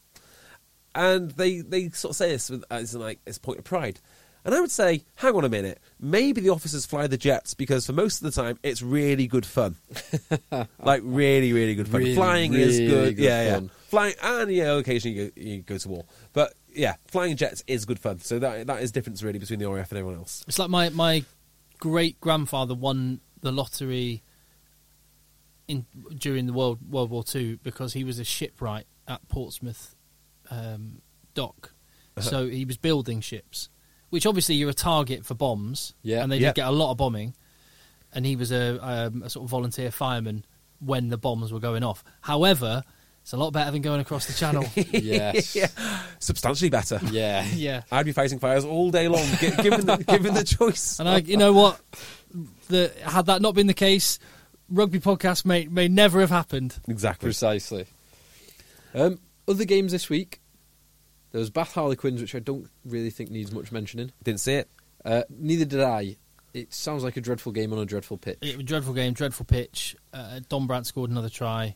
And they they sort of say this with, as in, like as a point of pride. And I would say, hang on a minute, maybe the officers fly the jets because for most of the time it's really good fun, like really really good fun.
Really,
flying is
really
good,
good
yeah, yeah.
fun.
Flying and yeah, occasionally you go, you go to war, but yeah, flying jets is good fun. So that that is difference really between the RAF and everyone else.
It's like my my great grandfather won the lottery in during the world World War Two because he was a shipwright at Portsmouth um, dock, so he was building ships, which obviously you're a target for bombs,
Yeah.
and they
Yeah.
did get a lot of bombing, and he was a, um, a sort of volunteer fireman when the bombs were going off. However, it's a lot better than going across the channel.
Yes. yeah.
substantially better.
Yeah.
yeah,
I'd be fighting fires all day long, gi- given the, given the choice.
And I, you know what? The, had that not been the case, rugby podcast may may never have happened.
Exactly.
Precisely. Um, other games this week. There was Bath Harlequins, which I don't really think needs much mentioning.
Didn't see it.
Uh, neither did I. It sounds like a dreadful game on a dreadful pitch.
It was a dreadful game, dreadful pitch. Uh, Don Brandt scored another try.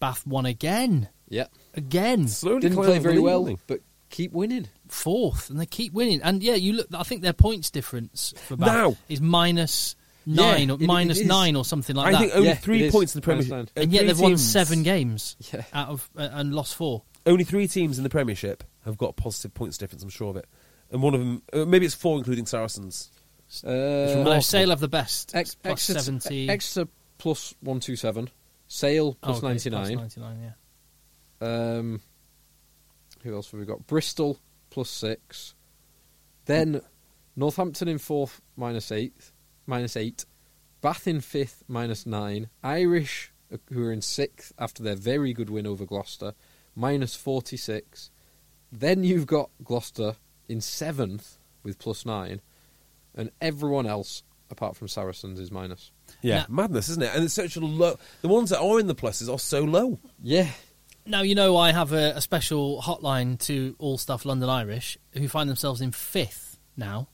Bath won again,
Yeah.
again,
Slowly
Didn't
climbed
play
the
very
league,
well,
didn't
but keep winning.
fourth, and they keep winning. And yeah, you look. I think their points difference for Bath
Now.
is minus nine
Yeah,
or
it- it
minus
is.
nine or something
they?
like
I
that.
think only
Yeah, it
three
is.
points in the Premiership.
Understand.
uh,
and yet
three
they've won
teams-
seven games
Yeah.
out of uh, and lost four.
Only three teams in the Premiership have got a positive points difference. I'm sure of it. And one of them, uh, maybe it's four, including Saracens.
Uh,
no, Sale have the best.
Ex-
plus
Exeter,
seventy.
Exeter plus 127. Sale
Oh, okay, plus
99.
99, yeah.
Um, who else have we got? Bristol plus 6. Then Northampton in 4th minus 8. Minus 8. Bath in 5th minus 9. Irish, uh, who are in 6th after their very good win over Gloucester, minus 46. Then you've got Gloucester in 7th with plus 9. And everyone else, apart from Saracens, is minus.
Yeah, madness, isn't it? And it's such a low. The ones that are in the pluses are so low.
Yeah.
Now you know I have a, a special hotline to all stuff London Irish who find themselves in fifth now,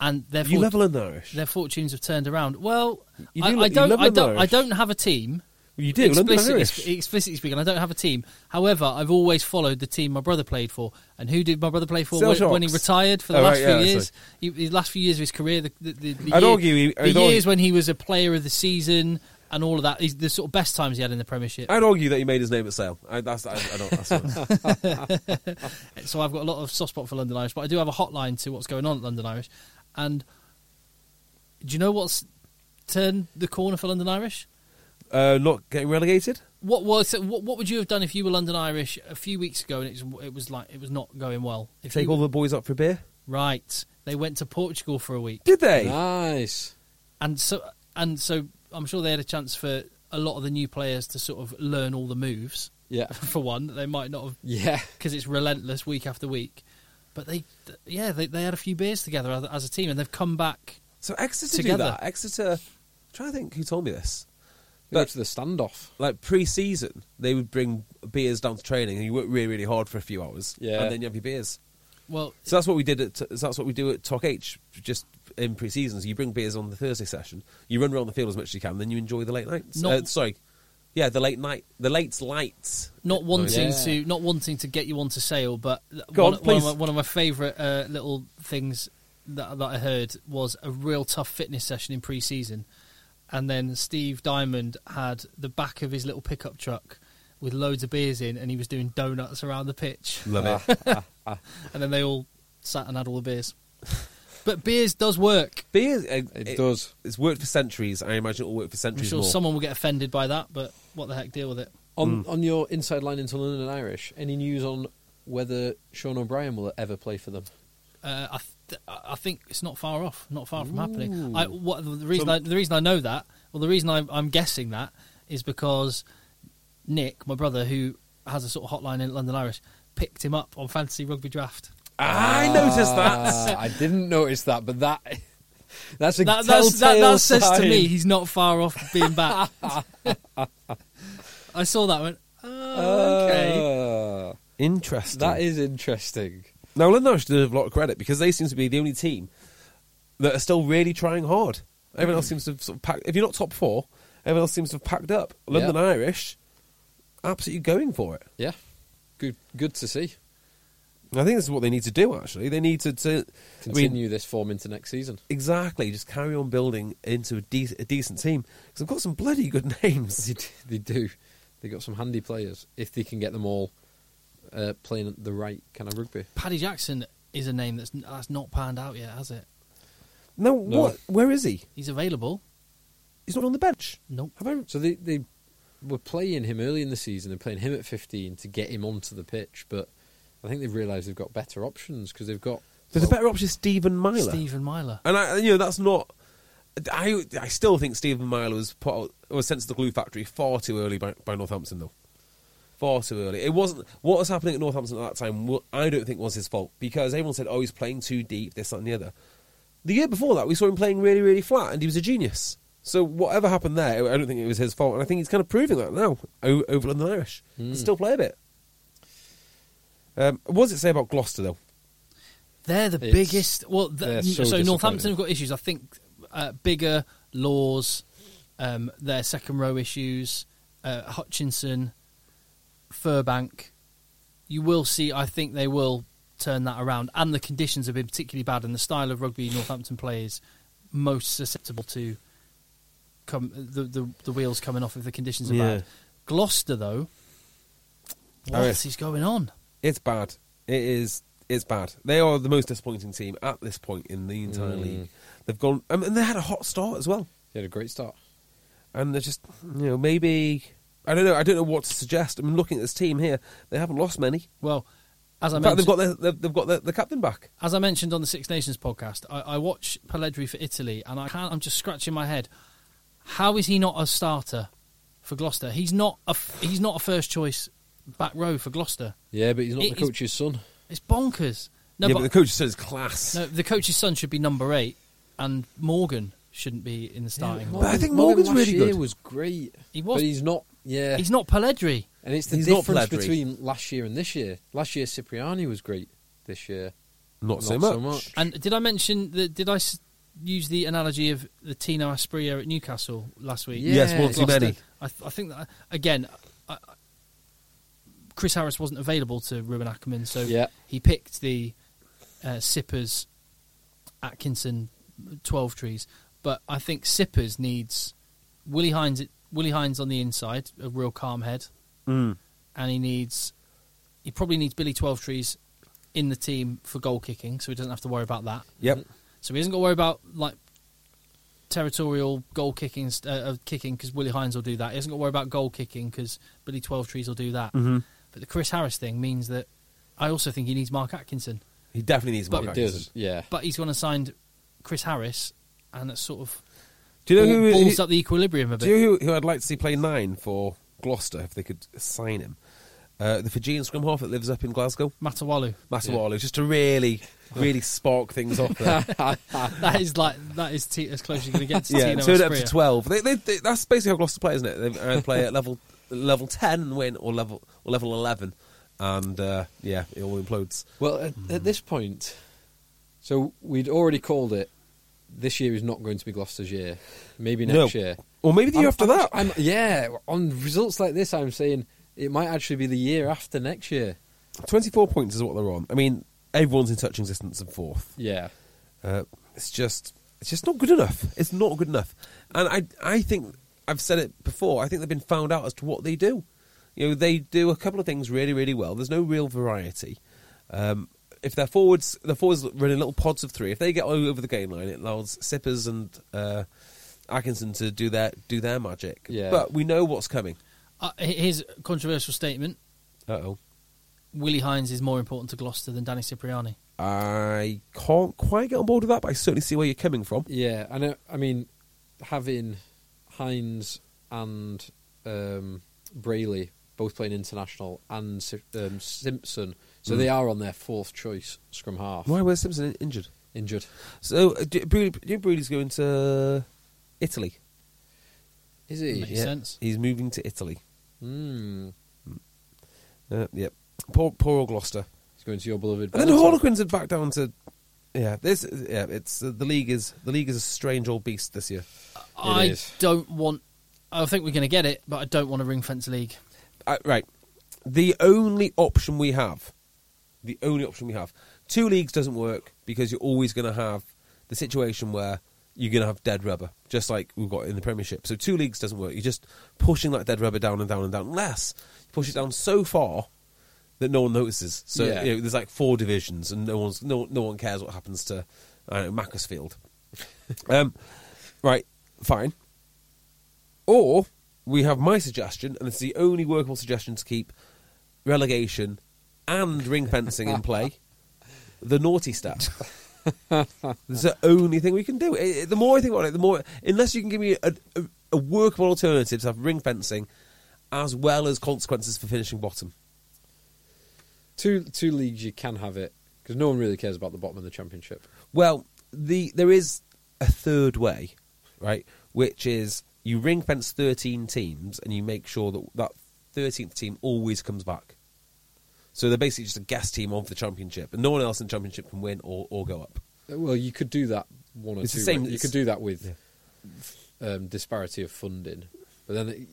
and their
you
fort-
level in Irish.
their fortunes have turned around. Well,
You do
I,
lo-
I
you
don't,
love
I
London
don't, I
Irish.
don't have a team.
you do London
explicitly,
Irish.
explicitly speaking, I don't have a team. However, I've always followed the team my brother played for, and who did my brother play for when,
Celtics.
when he retired for the
Oh,
last
right,
few
yeah,
years? He, the last few years of his career, the, the, the, the
I'd
year-
argue he-
the
I'd argue-
years when he was a player of the season and all of that, is the sort of best times he had in the Premiership.
I'd argue that he made his name at Sale. I, that's, I, I don't. That's what-
so I've got a lot of soft spot for London Irish, but I do have a hotline to what's going on at London Irish. And do you know what's turned the corner for London Irish?
uh, not getting relegated.
What was what, what would you have done if you were London Irish a few weeks ago and it was, it was like it was not going well? If
Take
you-
all the boys up for a beer.
right, they went to Portugal for a week,
Did they?
Nice.
and so and so I'm sure they had a chance for a lot of the new players to sort of learn all the moves.
Yeah.
for one that they might not have
Yeah.
because it's relentless week after week. But they, th- yeah, they, they had a few beers together as, as a team, and they've come back.
So Exeter do
Together.
that. Exeter. I'm trying to think who told me this.
They go
But-
to the standoff.
Like pre-season, they would bring beers down to training, and you work really, really hard for a few hours,
Yeah.
and then you have your beers.
Well,
So that's what we did at so that's what we do at Talk H just in pre-season. So you bring beers on the Thursday session, you run around the field as much as you can, then you enjoy the late nights.
Not-
uh, sorry, yeah, the late night, the late lights.
not wanting
yeah.
to not wanting to get you onto sale, but th-
Go
one,
on,
one, of
please.
my, one of my favourite uh, little things that, that I heard was a real tough fitness session in pre-season, and then Steve Diamond had the back of his little pickup truck with loads of beers in, and he was doing donuts around the pitch.
Love it. Mm.
and then they all sat and had all the beers. But beers does work.
beers, uh,
It, does.
It's worked for centuries. I imagine it'll work for
I'm
centuries
sure
more.
someone will get offended by that, but what the heck, deal with it.
On
Hmm.
on your inside line into London Irish, any news on whether Sean O'Brien will ever play for them?
Uh, I, th- I think it's not far off, not far from happening. I, what, the reason I, the reason I know that, well, the reason I'm, I'm guessing that is because Nick, my brother, who has a sort of hotline in London Irish, picked him up on fantasy rugby draft.
I noticed that.
Ah, I didn't notice that, but that that's a
That,
telltale
that's, that, that says to
sign.
me he's not far off being back. I saw that. I went,
Uh.
oh, okay.
Ah,
Interesting.
that is interesting.
Now, London Irish deserve a lot of credit because they seem to be the only team that are still really trying hard. Everyone
Hmm.
else seems to have sort of packed. If you're not top four, everyone else seems to have packed up. London
Yeah.
Irish, absolutely going for it.
Yeah, good good to see.
I think this is what they need to do. Actually, they need to, to I mean,
Continue this form into next season.
exactly just carry on building into a, de- a decent team because I've got some bloody good names.
They, d- they do. They got some handy players if they can get them all uh, playing the right kind of rugby.
Paddy Jackson is a name that's that's not panned out yet, has it?
No,
No.
what? Where is he?
He's available.
He's not on the bench.
Nope.
Have I?
So they they were playing him early in the season and playing him at 15 to get him onto the pitch, but I think they've realised they've got better options because they've got.
There's a better option, Stephen Myler.
Stephen Myler.
Uh,
And I, you know, that's not. I I still think Stephen Myler was put out, was sent to the glue factory far too early by, by Northampton, though. Far too early. It wasn't what was happening at Northampton at that time. wa- I don't think was his fault because everyone said, "Oh, he's playing too deep, this, that, and the other." The year before that, we saw him playing really, really flat, and he was a genius. So whatever happened there, I don't think it was his fault, and I think he's kind of proving that now o- over London Irish. Can Still play a bit. Um, what does it say about Gloucester though?
They're the
It's-
biggest. Well, th-
they're
n-
so
so,
disappointing.
Northampton have got issues. I think uh, bigger laws, um, their second row issues, uh, Hutchinson, Furbank. You will see. I think they will turn that around. And the conditions have been particularly bad, and the style of rugby Northampton play is most susceptible to come the the, the wheels coming off if the conditions are
Yeah.
bad. Gloucester though, what
Oh,
is
yes.
going on?
It's bad. It is. It's bad. They are the most disappointing team at this point in the entire
Mm.
league. They've gone, um, and they had a hot start as well.
They had a great start.
And they're just, you know, maybe I don't know. I don't know what to suggest. I'm looking at this team here. They haven't lost many.
Well, as I
In
mentioned,
fact, they've got their, they've, they've got their, the captain back.
as I mentioned on the Six Nations podcast, I, I watch Pellegrini for Italy, and I can't. I'm just scratching my head. How is he not a starter for Gloucester? He's not a f- he's not a first choice back row for Gloucester.
Yeah, but he's not
It
the
is-
coach's son.
It's bonkers. No,
yeah,
but,
but, the coach says class.
no, the coach's son should be number eight, and Morgan shouldn't be in the starting.
Morgan-
line.
But I think
Morgan
Morgan's
last
really
year
good.
was great.
He was.
But he's not. Yeah.
He's not Pellegrini.
and it's the
he's not
difference
Pellegrini.
between last year and this year. Last year, Cipriani was great. This year,
Not, so,
not so
much.
much.
And did I mention that? Did I s- use the analogy of the Tino Asprilla at Newcastle last week?
Yeah. Yes, one
too
Gloucester.
many.
I, th- I think that again, I, I, Chris Harris wasn't available to Ruben Ackerman, so
Yeah.
he picked the uh, Sippers Atkinson twelve trees. But I think Sippers needs Willie Hines. Willie Hines on the inside, a real calm head, and he needs he probably needs Billy Twelve Trees in the team for goal kicking, so he doesn't have to worry about that.
Yep.
So he doesn't got to worry about like territorial goal kicking uh, of kicking because Willie Hines will do that. He hasn't got to worry about goal kicking because Billy Twelve Trees will do that.
Mm-hmm.
But the Chris Harris thing means that I also think he needs Mark Atkinson,
He definitely needs Mark
It
Atkinson.
does, yeah.
but he's gone and signed Chris Harris, and that sort of
Do you know
ball-
who?
balls
who-
up the equilibrium a bit.
do you know who, who I'd like to see play nine for Gloucester if they could sign him? Uh, the Fijian scrum half that lives up in Glasgow,
Matawalu.
Matawalu, just to really, really spark things off there.
that is like that is t- as close as you're going to get to
Ah. yeah,
Tino
turn it up to
Asprilla.
twelve. They, they, they, that's basically how Gloucester play, isn't it? They either play at level level ten and win, or level or level eleven, and uh, yeah, it all implodes.
Well, at, at this point, so we'd already called it. This year is not going to be Gloucester's year. Maybe next
No.
year.
Or maybe the year after that.
I'm, yeah, on results like this, I'm saying it might actually be the year after next year.
Twenty four points is what they're on. I mean, everyone's in touching distance and fourth.
Yeah,
Uh, it's just it's just not good enough. It's not good enough. And I I think I've said it before. I think they've been found out as to what they do. You know, they do a couple of things really really well. There's no real variety. Um, if their forwards their forwards run in little pods of three, if they get all over the game line, it allows Sippers and uh, Atkinson to do their do their magic.
Yeah.
But we know what's coming.
Uh, h- here's a controversial statement:
Uh oh.
Willie Hines is more important to Gloucester than Danny Cipriani.
I can't quite get on board with that, but I certainly see where you're coming from.
yeah. I know. I mean, having Hines and um, Brayley both playing international and Si- um, Simpson,
Mm.
so they are on their fourth choice scrum half.
Why was Simpson in- injured?
Injured.
So, uh, do, Broody, do Broody's going to Italy?
Is he?
Makes sense.
He's moving to Italy.
Mm.
Uh, yep. Poor, poor old Gloucester.
He's going to your beloved.
And then
Bellator.
Harlequins are back down to. Yeah, this. Yeah, it's uh, the league is the league is a strange old beast this year.
I
is.
don't want. I think we're going to get it, but I don't want a ring fence league.
Uh, right, the only option we have, the only option we have, two leagues doesn't work because you're always going to have the situation where you're going to have dead rubber, just like we've got in the Premiership. So two leagues doesn't work. You're just pushing that dead rubber down and down and down, unless you push it down so far that no one notices. So
Yeah.
you know, there's like four divisions, and no one's no no one cares what happens to I don't know, Macclesfield. um, right, fine. Or we have my suggestion, and it's the only workable suggestion to keep relegation and ring fencing in play. The naughty stat. It's the only thing we can do. I- I- the more I think about it, the more unless you can give me a, a, a workable alternative to have ring fencing, as well as consequences for finishing bottom.
two two leagues you can have it because no one really cares about the bottom of the championship.
Well, the there is a third way, right? Which is you ring fence thirteen teams and you make sure that that thirteenth team always comes back. So they're basically just a guest team of the championship, and no one else in the championship can win or, or go up.
Uh, Well, you could do that one or
It's
two.
the same-
You
it's-
could do that with um, disparity of funding, but then it,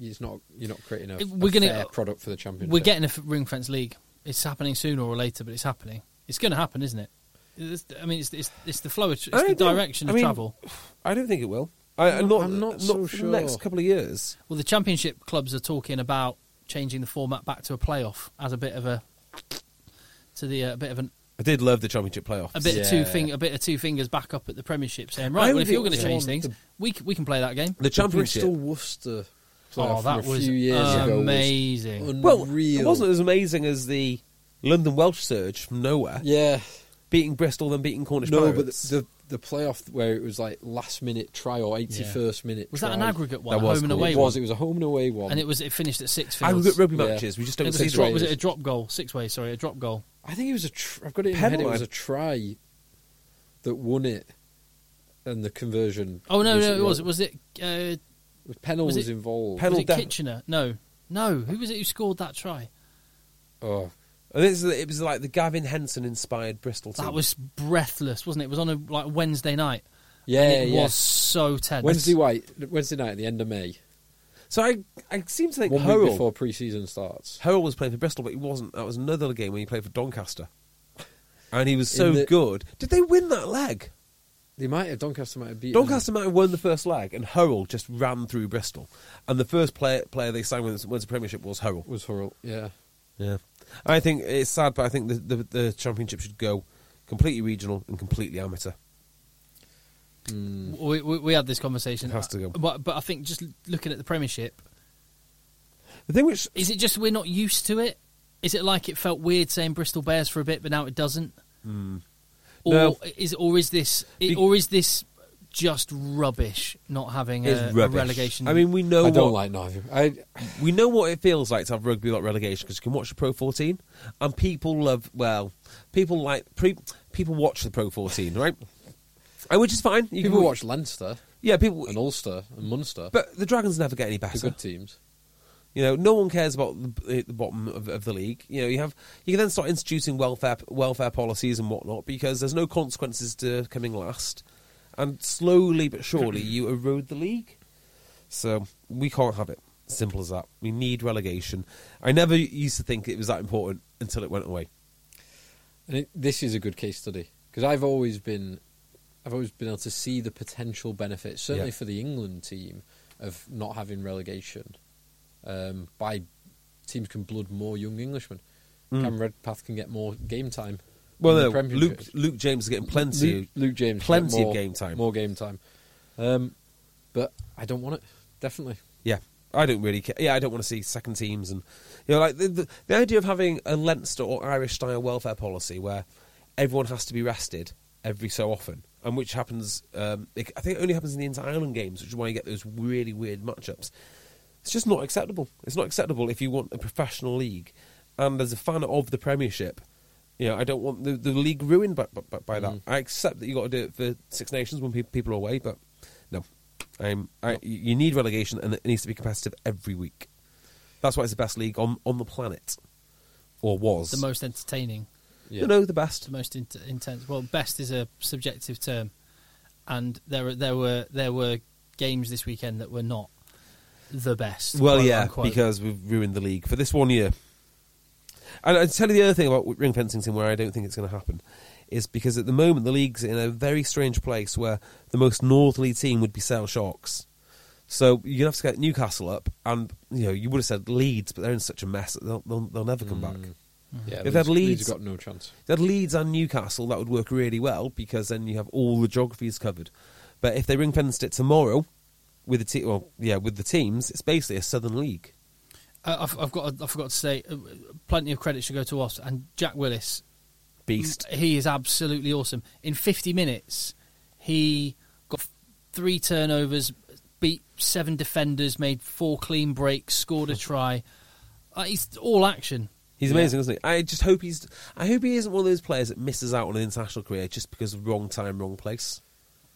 it's not you're not creating a,
If we're
a
gonna-
fair product for the championship.
We're getting a f- ring fence league. It's happening sooner or later, but it's happening. It's going to happen, isn't it? It's, I mean, it's, it's, it's the flow. Of, tr-
I
it's the
don't think-
direction
I
of
mean,
travel.
I don't think it will. I,
I'm
I'm
not-
not,
I'm not
not
so
for
sure.
The next couple of years.
Well, the championship clubs are talking about changing the format back to a playoff as a bit of a to the uh, a bit of an
I did love the championship playoffs.
a bit of two
Yeah.
fing a bit of two fingers back up at the Premiership, saying right,
I
well,
would
if you're going to
think-
change things, we c- we can play that game.
The championship.
Bristol Worcester.
Oh,
playoff
that
from a
was
few years ago was
amazing.
well,
unreal.
it wasn't as amazing as the London Welsh surge from nowhere,
yeah,
beating Bristol then beating Cornish
no, but
Pirates.
the, the the playoff where it was like last minute try or eighty first minute.
Was that an
try.
aggregate one,
That
a
was
home and
cool.
away
It was. It was a home and away one.
one, and it was it finished at six fields.
aggregate rugby
Yeah.
matches. We just
It
don't
was,
see
a
six
drop,
them.
was it a
ways.
drop goal? Six ways, sorry, a drop goal.
I think it was a. Tr- I've got it in my head. It was
Penalty.
a try that won it, and the conversion.
Oh no, no, it was.
Was
Was it? Uh,
Pennell
was
was,
it-
involved.
Pennell
was it
def-
Kitchener? No, no. Who was it who scored that try?
oh,
And this is, it was like the Gavin Henson inspired Bristol team.
That was breathless, wasn't it? It was on a like Wednesday night.
yeah,
and it
yeah.
was so tense.
Wednesday white, Wednesday night at the end of May,
so I, I seem to think
one
Hurrell,
week before pre-season starts.
Hurrell was playing for Bristol, but he wasn't. That was another game when he played for Doncaster, and he was
In
so
the-
good. Did they win that leg?
They might have Doncaster might have beaten.
Doncaster might have won the first leg, and Hurrell just ran through Bristol. And the first player player they signed when it went to Premiership was Hurrell.
was Hurrell. Yeah,
Yeah, I think it's sad, but I think the, the the championship should go completely regional and completely amateur.
We, we, we had this conversation.
It has to go.
But, but I think just looking at the Premiership,
The thing which
is it just we're not used to it? Is it like it felt weird saying Bristol Bears for a bit, but now it doesn't? Or
Hmm. No.
is or is this
Be-
or is this just rubbish? Not having
is
a, a
rubbish.
relegation.
I mean, we know
uh, I don't like
what
neither. I
we know what it feels like to have rugby lot relegation because you can watch the Pro 14, and people love. Well, people like pre, people watch the Pro 14, right? And which is fine. You
people
can,
watch Leinster
yeah, people.
and Ulster and Munster,
But the Dragons never get any
the
better.
good teams.
You know, no one cares about the, the bottom of, of the league. You know, you have you can then start instituting welfare welfare policies and whatnot because there's no consequences to coming last, and slowly but surely you erode the league. So we can't have it. Simple as that. We need relegation. I never used to think it was that important until it went away.
And it, this is a good case study because I've always been, I've always been able to see the potential benefit, certainly
Yeah.
for the England team, of not having relegation. Um, by teams can blood more young Englishmen. Cam Redpath can get more game time.
Hmm. Well,
in the
no,
Premiership.
Luke Luke James is getting plenty.
Luke, Luke James, get
plenty
more-
of game time.
more game time. Um, but I don't want it. Definitely,
Yeah, I don't really care. Yeah, I don't want to see second teams and you know, like the the, the idea of having a Leinster or Irish style welfare policy where everyone has to be rested every so often, and which happens, um, it, I think it only happens in the Inter Ireland games, which is why you get those really weird matchups. It's just not acceptable. It's not acceptable if you want a professional league. And as a fan of the Premiership, you know, I don't want the, the league ruined by, by, by that. I accept that you got to do it for Six Nations when pe- people are away, but no, I'm, Um, I, you need relegation, and it needs to be competitive every week. That's why it's the best league on, on the planet, or was.
the most entertaining,
yeah.
You know, the best.
the most in- intense. Well, best is a subjective term, and there were- there were there were games this weekend that were not the best.
Well,
quote
yeah,
unquote.
because we've ruined the league for this one year. And I tell you the other thing about ring fencing, Tim, where I don't think it's going to happen, is because at the moment the league's in a very strange place where the most northerly team would be Sale Sharks. So you have to get Newcastle up, and you know you would have said Leeds, but they're in such a mess that they'll, they'll, they'll never come back.
yeah.
If they'd
Leeds
Leeds-
have got no chance.
If they had Leeds and Newcastle, that would work really well because then you have all the geographies covered. But if they ring fenced it tomorrow with the te- well, yeah, with the teams, it's basically a Southern League.
I, I've, I've got I forgot to say, uh, plenty of credit should go to us and Jack Willis.
Beast.
Mm,
He is absolutely awesome. In 50 minutes, he got f- three turnovers, beat seven defenders, made four clean breaks, scored a try. Uh, he's all action.
He's amazing, isn't he? I just hope he's. I hope he isn't one of those players that misses out on an international career just because of wrong time, wrong place.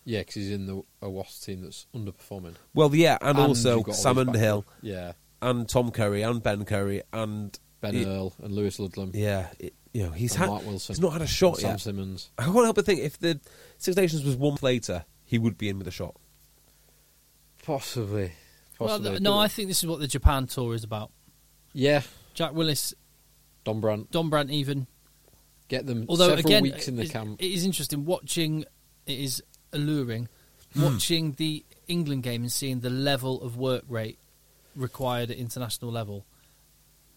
Yeah, because he's in the a Wasps team that's underperforming.
Well, yeah, and, also
you've got all
Sam
these
Underhill
back- Yeah,
and Tom Curry and Ben Curry and
Ben
it-
Earl and Lewis Ludlam.
Yeah, it, you know he's
and
had.
Mark Wilson.
He's not had a
and
shot
Sam
yet.
Simmons.
I can't help but think if the Six Nations was one month later, he would be in with a shot.
Possibly.
Well,
Possibly.
th- no, I think this is what the Japan tour is about.
Yeah,
Jack Willis,
Don Brandt.
Don Brandt, even.
Get them
Although
several
again,
weeks in the
it-
camp.
it is interesting watching. It is alluring
Hmm.
watching the England game and seeing the level of work rate required at international level,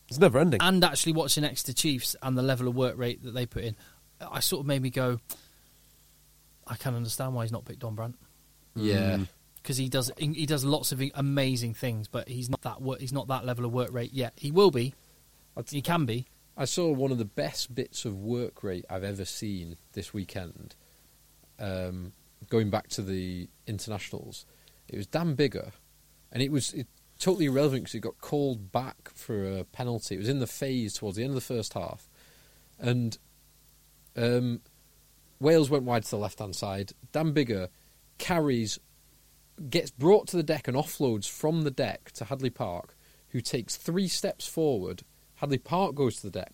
It's never ending.
and actually watching Exeter Chiefs and the level of work rate that they put in. I sort of made me go. I can understand why he's not picked Don Brandt
yeah.
Mm.
because he does he does lots of amazing things, but he's not that wor- he's not that level of work rate yet. He will be. He can be.
I saw one of the best bits of work rate I've ever seen this weekend. Um, going back to the internationals, it was Dan Bigger, and it was it, totally irrelevant because it got called back for a penalty. It was in the phase towards the end of the first half, and um, Wales went wide to the left hand side. Dan Bigger carries, gets brought to the deck and offloads from the deck to Hadley Park, who takes three steps forward. Hadley Park goes to the deck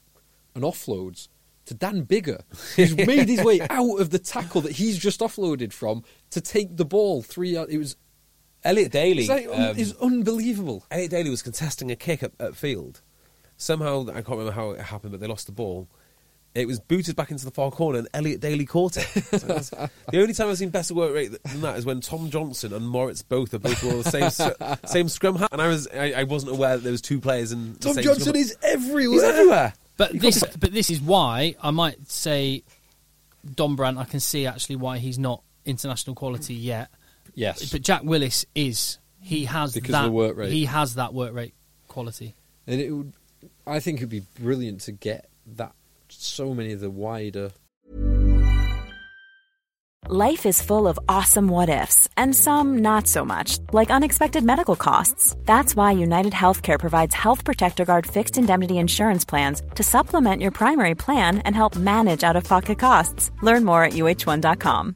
and offloads to Dan Bigger, who's made his way out of the tackle that he's just offloaded from to take the ball three yards. It was.
Elliot Daly.
It's, like, un-
um,
it's unbelievable.
Elliot Daly was contesting a kick up, at field. Somehow, I can't remember how it happened, but they lost the ball. It was booted back into the far corner, and Elliot Daly caught it. So that's- the only time I've seen better work rate than that is when Tom Johnson and Moritz both are both wore the same s- same scrum hat, and I was I, I wasn't aware that there was two players in. the same scrum hat.
everywhere.
he's everywhere.
But
You
this,
can't-
but this is why I might say Don Brandt. I can see actually why he's not international quality yet.
Yes,
But Jack Willis is. He has
Because of
that
the work rate.
He has that work rate quality.
and it would. I think it'd be brilliant to get that. So many of the wider
Life is full of awesome what ifs and some not so much, like unexpected medical costs. That's why United Healthcare provides Health Protector Guard fixed indemnity insurance plans to supplement your primary plan and help manage out of pocket costs. Learn more at uh1.com.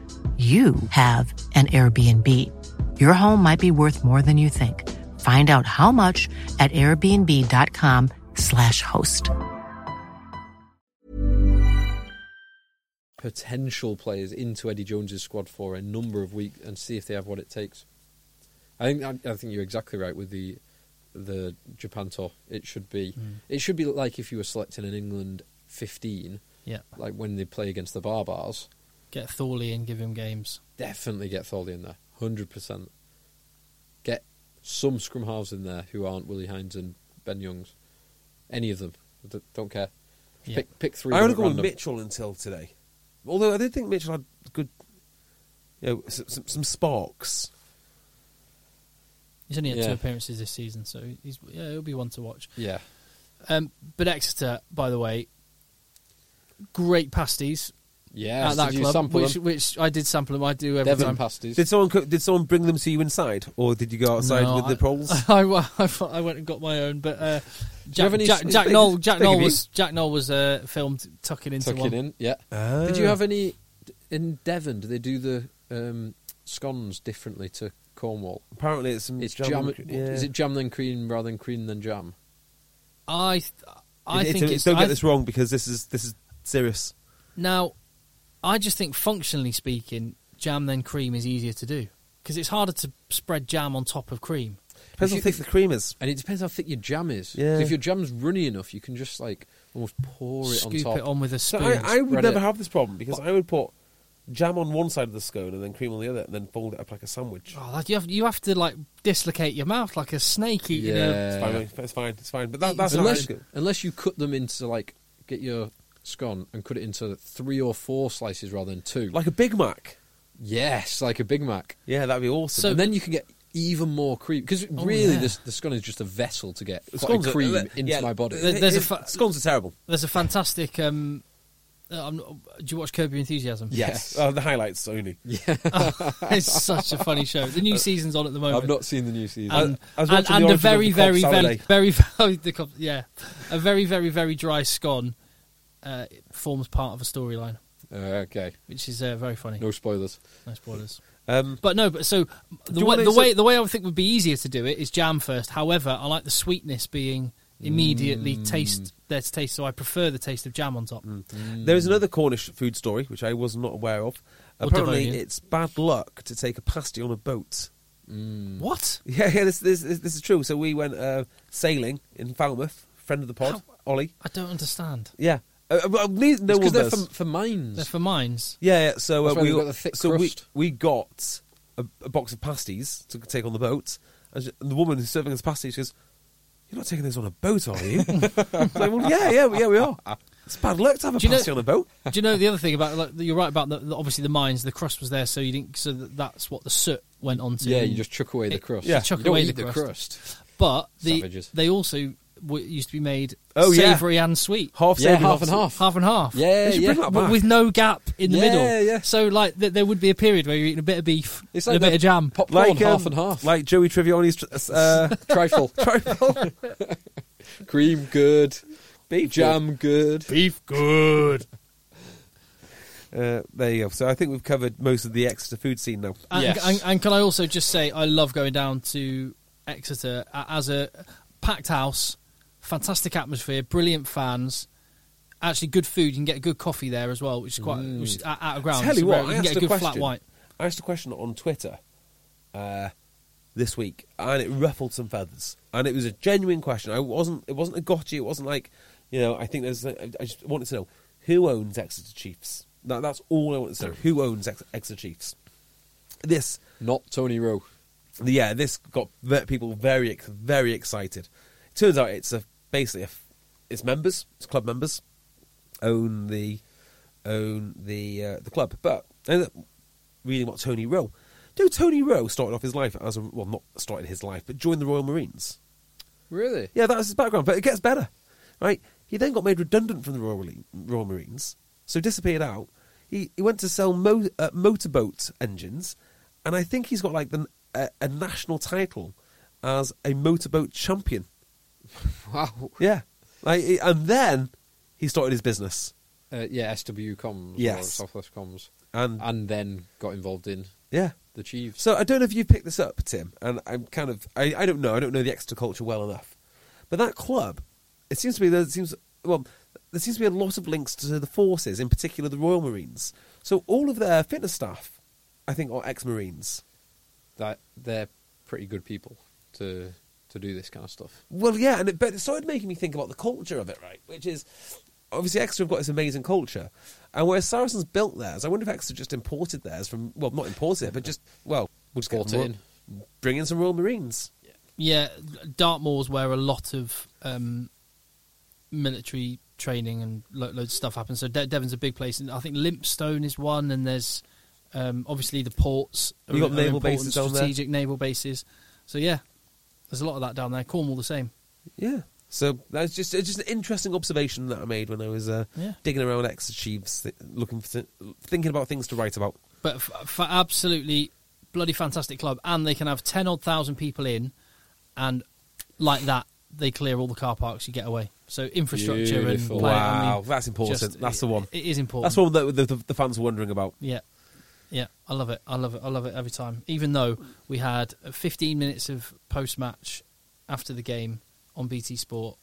you have an Airbnb. Your home might be worth more than you think. Find out how much at airbnb.com/slash host.
potential players into Eddie Jones's squad for a number of weeks and see if they have what it takes. I think I, I think you're exactly right with the the Japan tour. It should be
Hmm.
it should be like if you were selecting an England 15,
Yeah.
like when they play against the Barbars.
Get Thorley and give him games.
Definitely get Thorley in there, hundred percent. Get some scrum halves in there who aren't Willie Hines and Ben Youngs, any of them. I d- Don't care.
Yeah.
Pick pick three.
I
of
would
them at
have gone with
random.
Mitchell until today. Although I did think Mitchell had good, you know, some, some, some sparks.
He's only had two
Yeah.
appearances this season, so he's yeah, he'll be one to watch.
Yeah,
Um, but Exeter, by the way, great pasties
yeah.
at that
did you
club,
sample
which,
them?
which I did sample them. I do every
Devon
time.
pasties.
Did someone cook, did someone bring them to you inside, or did you go outside
No,
with
I-
the poles?
I, wa- I, thought I went and got my own, but uh, Jack,
have any
Jack,
s-
Jack
they-
Knoll, Jack
they
Knoll
could
was Jack Knoll was uh, filmed tucking into
Tuck
one.
it in, yeah.
Ah.
Did you have any in Devon? Do they do the um, scones differently to Cornwall?
Apparently, it's some
It's
Mm, jam.
jam.
yeah.
Is it jam then cream rather than cream then jam?
I, th- I
It- it-
think it's,
don't
I
get this wrong because this is this is serious.
Now, I just think functionally speaking, jam then cream is easier to do because it's harder to spread jam on top of cream.
Depends how
you-
thick the cream is.
And it depends how thick your jam is. 'Cause
Yeah.
If your jam's runny enough, you can just like almost pour it
Scoop
on top.
it on with a
So
spoon.
I, I would
spread
never
it.
have this problem because I would put jam on one side of the scone and then cream on the other, and then fold it up like a sandwich.
Oh, that, you have you have to like dislocate your mouth like a snake eating
It's,
Yeah.
fine, mate. it's fine. It's fine. But that, that's not
unless, unless you cut them into like get your scone and cut it into three or four slices rather than two.
like a Big Mac.
yes, like a Big Mac.
Yeah, that'd be awesome.
So-
and then you can get even more cream because really
yeah.
this the scone is just a vessel to get quite a cream into my body.
they- There's a fa-
scones are terrible.
a. There's a fantastic. Um, uh, I'm not, do you watch Curb Your Enthusiasm?
Yes.
Uh, the highlights only.
it's such a funny show. The new season's on at the moment.
I've not seen the new season.
and,
Uh, I was
and,
watching
and
the
a
origin
very,
of the Cobb
very, very,
Saturday.
very, the Cobb- yeah, a very, very, very dry scone uh, forms part of a storyline,
Uh, okay,
which is uh, very funny.
no spoilers.
No spoilers.
Um,
But no, but so the way
you want
the,
to-
way the way I would think would be easier to do it is jam first. However, I like the sweetness being immediately
Mm.
taste there's taste, so I prefer the taste of jam on top.
There is another Cornish food story which I was not aware of.
Or
Apparently,
Devonian.
it's bad luck to take a pasty on a boat.
What?
Yeah, yeah, this this this is true. So we went uh, sailing in Falmouth. Friend of the pod, Ollie.
I don't understand.
Yeah, uh, uh, well, ne- no one
because they're
does.
for, for mines.
They're for mines.
Yeah, yeah. So uh,
That's why
we
they've got the thick
so
crust.
we we got a, a box of pasties to take on the boat, and, she- and the woman who's serving us pasties she goes, "You're not taking this on a boat, are you?" I was like, well, yeah, yeah, yeah, we are. It's bad luck to have a
Do you know-
pasty on a boat.
Do you know the other thing about? Like, you're right about the, the- obviously the mines. The crust was there, so you didn't. So that, that's what the soot went onto.
yeah, you just chuck away the
It-
crust.
Yeah. chuck
you don't
away
eat
the
crust.
But the,
Savages.
they also w- used to be made
Oh, yeah.
savory and sweet,
Half
Yeah,
saving,
half and
sa-
half.
half and half.
Yeah,
They should
yeah.
bring that
But
back.
with no gap in the
Yeah,
middle.
yeah.
So like th- there would be a period where you're eating a bit of beef
It's
and
like
a bit
the
of jam.
popcorn,
um,
half and half.
like Joey Tribbiani's tr- uh,
trifle,
trifle.
cream good,
Beef
jam good.
beef good.
Uh, there you go. So I think we've covered most of the Exeter food scene now.
And,
Yes.
and, and can I also just say I love going down to Exeter a- as a packed house, fantastic atmosphere, brilliant fans. Actually, good food. You can get a good coffee there as well, which is quite which is out out of ground.
Tell
It's
you
a
what,
rare-
I
you can
asked
get a
a
good
question.
flat white.
I asked a question on Twitter uh, this week, and it ruffled some feathers. And it was a genuine question. I wasn't. It wasn't a gotcha. It wasn't like, you know. I think there's. I I just wanted to know who owns Exeter Chiefs. That, that's all I wanted to know. Who owns Ex- Exeter Chiefs? This
Not Tony Rowe.
yeah, this got ve- people very ex- very excited. It turns out it's a basically a f it's members, it's club members own the own the uh, the club. But I ended up reading what Tony Rowe. Do you know Tony Rowe started off his life as a well, not started his life, but joined the Royal Marines.
Really?
Yeah, that was his background, but it gets better, right? He then got made redundant from the Royal, Marine- Royal Marines, so disappeared out. He, he went to sell mo- uh, motorboat engines, and I think he's got like the, a, a national title as a motorboat champion.
Wow.
Yeah, like, he- and then he started his business,
Uh, yeah, SW Comms. Or
Yes.
Southwest Comms.
and
And then got involved in
yeah.
the Chiefs.
So I don't know if you picked this up, Tim, and I'm kind of I, I don't know I don't know the Exeter culture well enough, but that club, it seems to be there seems well there seems to be a lot of links to the forces, in particular the Royal Marines. So all of their fitness staff, I think, are ex-Marines.
That they're pretty good people to to do this kind of stuff.
Well, yeah, and it, but it started making me think about the culture of it, right? Which is obviously Exeter have got this amazing culture, and whereas Saracens built theirs, I wonder if Exeter just imported theirs from well, not imported it, but just well, we'll just get
Bought
them
it
Ro- bring in some Royal Marines.
Yeah, Dartmoor's where a lot of um, military training and lo- loads of stuff happens. So De- Devon's a big place, and I think Limpstone is one. And there's um, obviously the ports.
You've got naval
important,
bases down there.
strategic naval bases. So yeah, there's a lot of that down there. Cornwall the same.
Yeah. So that's just it's just an interesting observation that I made when I was uh,
Yeah.
digging around Exeter Chiefs, th- looking for th- thinking about things to write about.
But f- for absolutely bloody fantastic club, and they can have ten odd thousand people in, and like that, they clear all the car parks. You get away. So infrastructure
Beautiful.
and play, I mean,
Wow, that's important.
just-
that's the one.
It is important.
That's the one that the, the, the fans were wondering about.
Yeah. Yeah, I love it. I love it. I love it every time. Even though we had 15 minutes of post match after the game on BT Sport,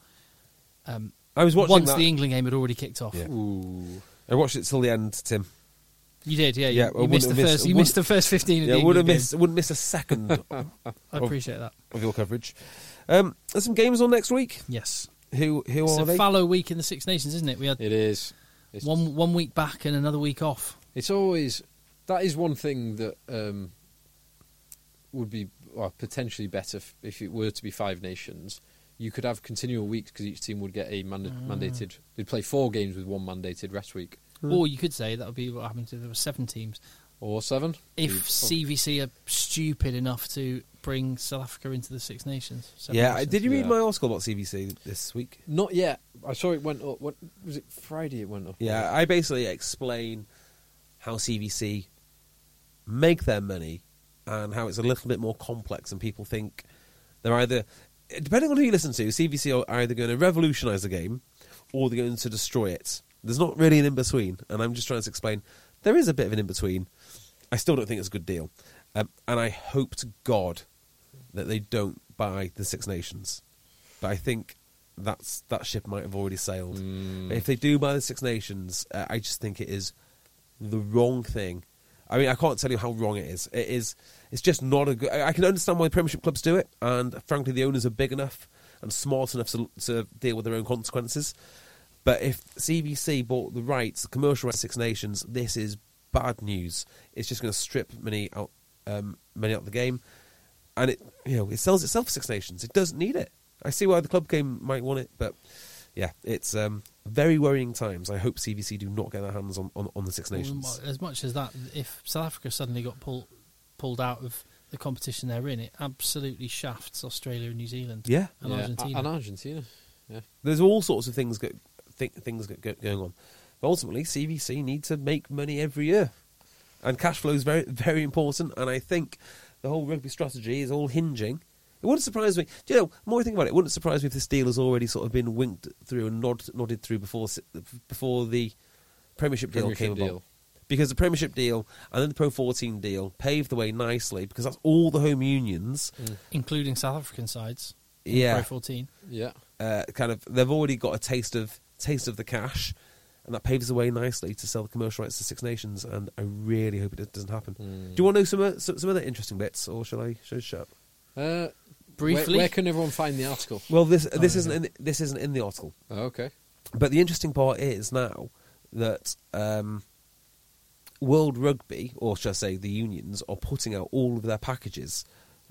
um,
I was watching
once
that.
the England game had already kicked off.
Yeah.
Ooh.
I watched it till the end, Tim.
You did, yeah.
Yeah,
yeah
I
you
wouldn't
missed the
have missed-
first. You
wouldn't-
missed the first 15 of
Yeah,
the
wouldn't
England game.
miss wouldn't miss a second of
I appreciate that.
your coverage. Um, there's some games on next week.
Yes,
Who who
it's
are
a
they?
fallow week in the Six Nations, isn't it? We had
It is. It's,
one one week back and another week off.
it's always. That is one thing that um, would be well, potentially better f- if it were to be Five Nations. You could have continual weeks because each team would get a manda-
Ah.
mandated. They'd play four games with one mandated rest week
Hmm.
Or you could say that would be what happened if there were seven teams.
or seven.
If
Hmm.
You'd- oh,
CVC are stupid enough to bring South Africa into the Six Nations. Seven
yeah, I-
Nations.
did you read
Yeah.
my article about CVC this week?
Not yet. I saw it went up. What was it? Friday it went up.
Yeah, I basically explain how CVC make their money and how it's a little bit more complex than people think. They're either, depending on who you listen to, CVC are either going to revolutionise the game or they're going to destroy it. There's not really an in between, and I'm just trying to explain there is a bit of an in between. I still don't think it's a good deal, um, and I hope to God that they don't buy the Six Nations. But I think that's that ship might have already sailed. But If they do buy the Six Nations, uh, I just think it is the wrong thing. I mean, I can't tell you how wrong it is. It is. It's just not a good. I I can understand why Premiership clubs do it, and frankly, the owners are big enough and smart enough to, to deal with their own consequences. But if CBC bought the rights, the commercial rights, to Six Nations, this is bad news. It's just going to strip money out, um, money out of the game, and it you know it sells itself Six Nations. It doesn't need it. I see why the club game might want it, but yeah, it's um, very worrying times. I hope CVC do not get their hands on, on, on the Six
Well,
Nations.
As much as that, if South Africa suddenly got pulled pulled out of the competition they're in, it absolutely shafts Australia and New Zealand.
Yeah.
and
Yeah,
Argentina.
And Argentina. Yeah.
There's all sorts of things go, th- things go, go, going on. But ultimately, CVC need to make money every year, and cash flow is very very important. And I think the whole rugby strategy is all hinging. It wouldn't surprise me. Do you know? the More I think about it, it wouldn't surprise me if this deal has already sort of been winked through and nod, nodded through before s- before the Premiership deal
Premiership
came
deal.
about. Because the Premiership deal and then the Pro 14 deal paved the way nicely because that's all the home unions.
Mm.
including South African sides. in
Yeah
Pro 14.
Yeah.
uh, kind of they've already got a taste of taste of the cash, and that paves the way nicely to sell the commercial rights to Six Nations. And I really hope it doesn't happen. Do you want to know some, o- some some other interesting bits, or shall I should I shut up?
Uh,
Briefly.
Where, where can everyone find the article?
Well, this this isn't in, this isn't in the article,
Oh, okay.
but the interesting part is now that um, World Rugby, or shall I say the unions, are putting out all of their packages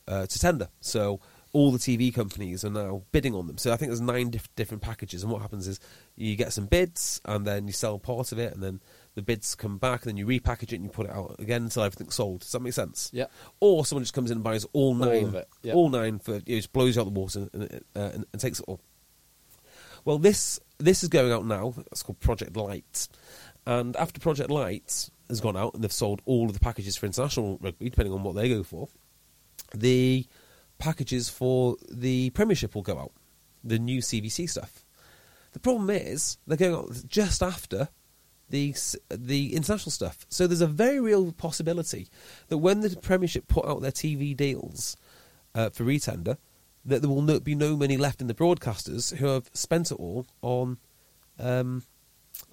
uh, to tender. So all the TV companies are now bidding on them. So I think there's nine diff- different packages, and what happens is you get some bids, and then you sell part of it, and then the bids come back, and then you repackage it and you put it out again until everything's sold. Does that make sense?
Yeah.
Or someone just comes in and buys all nine,
of it, yeah.
all nine for you know, just blows you out the water and, uh, and, and takes it all. Well, this this is going out now. It's called Project Light, and after Project Light has gone out and they've sold all of the packages for international rugby, depending on what they go for, the packages for the Premiership will go out, the new CVC stuff. The problem is they're going out just after the s- the international stuff, so there's a very real possibility that when the Premiership put out their TV deals uh, for retender, that there will no, be no money left in the broadcasters who have spent it all on um,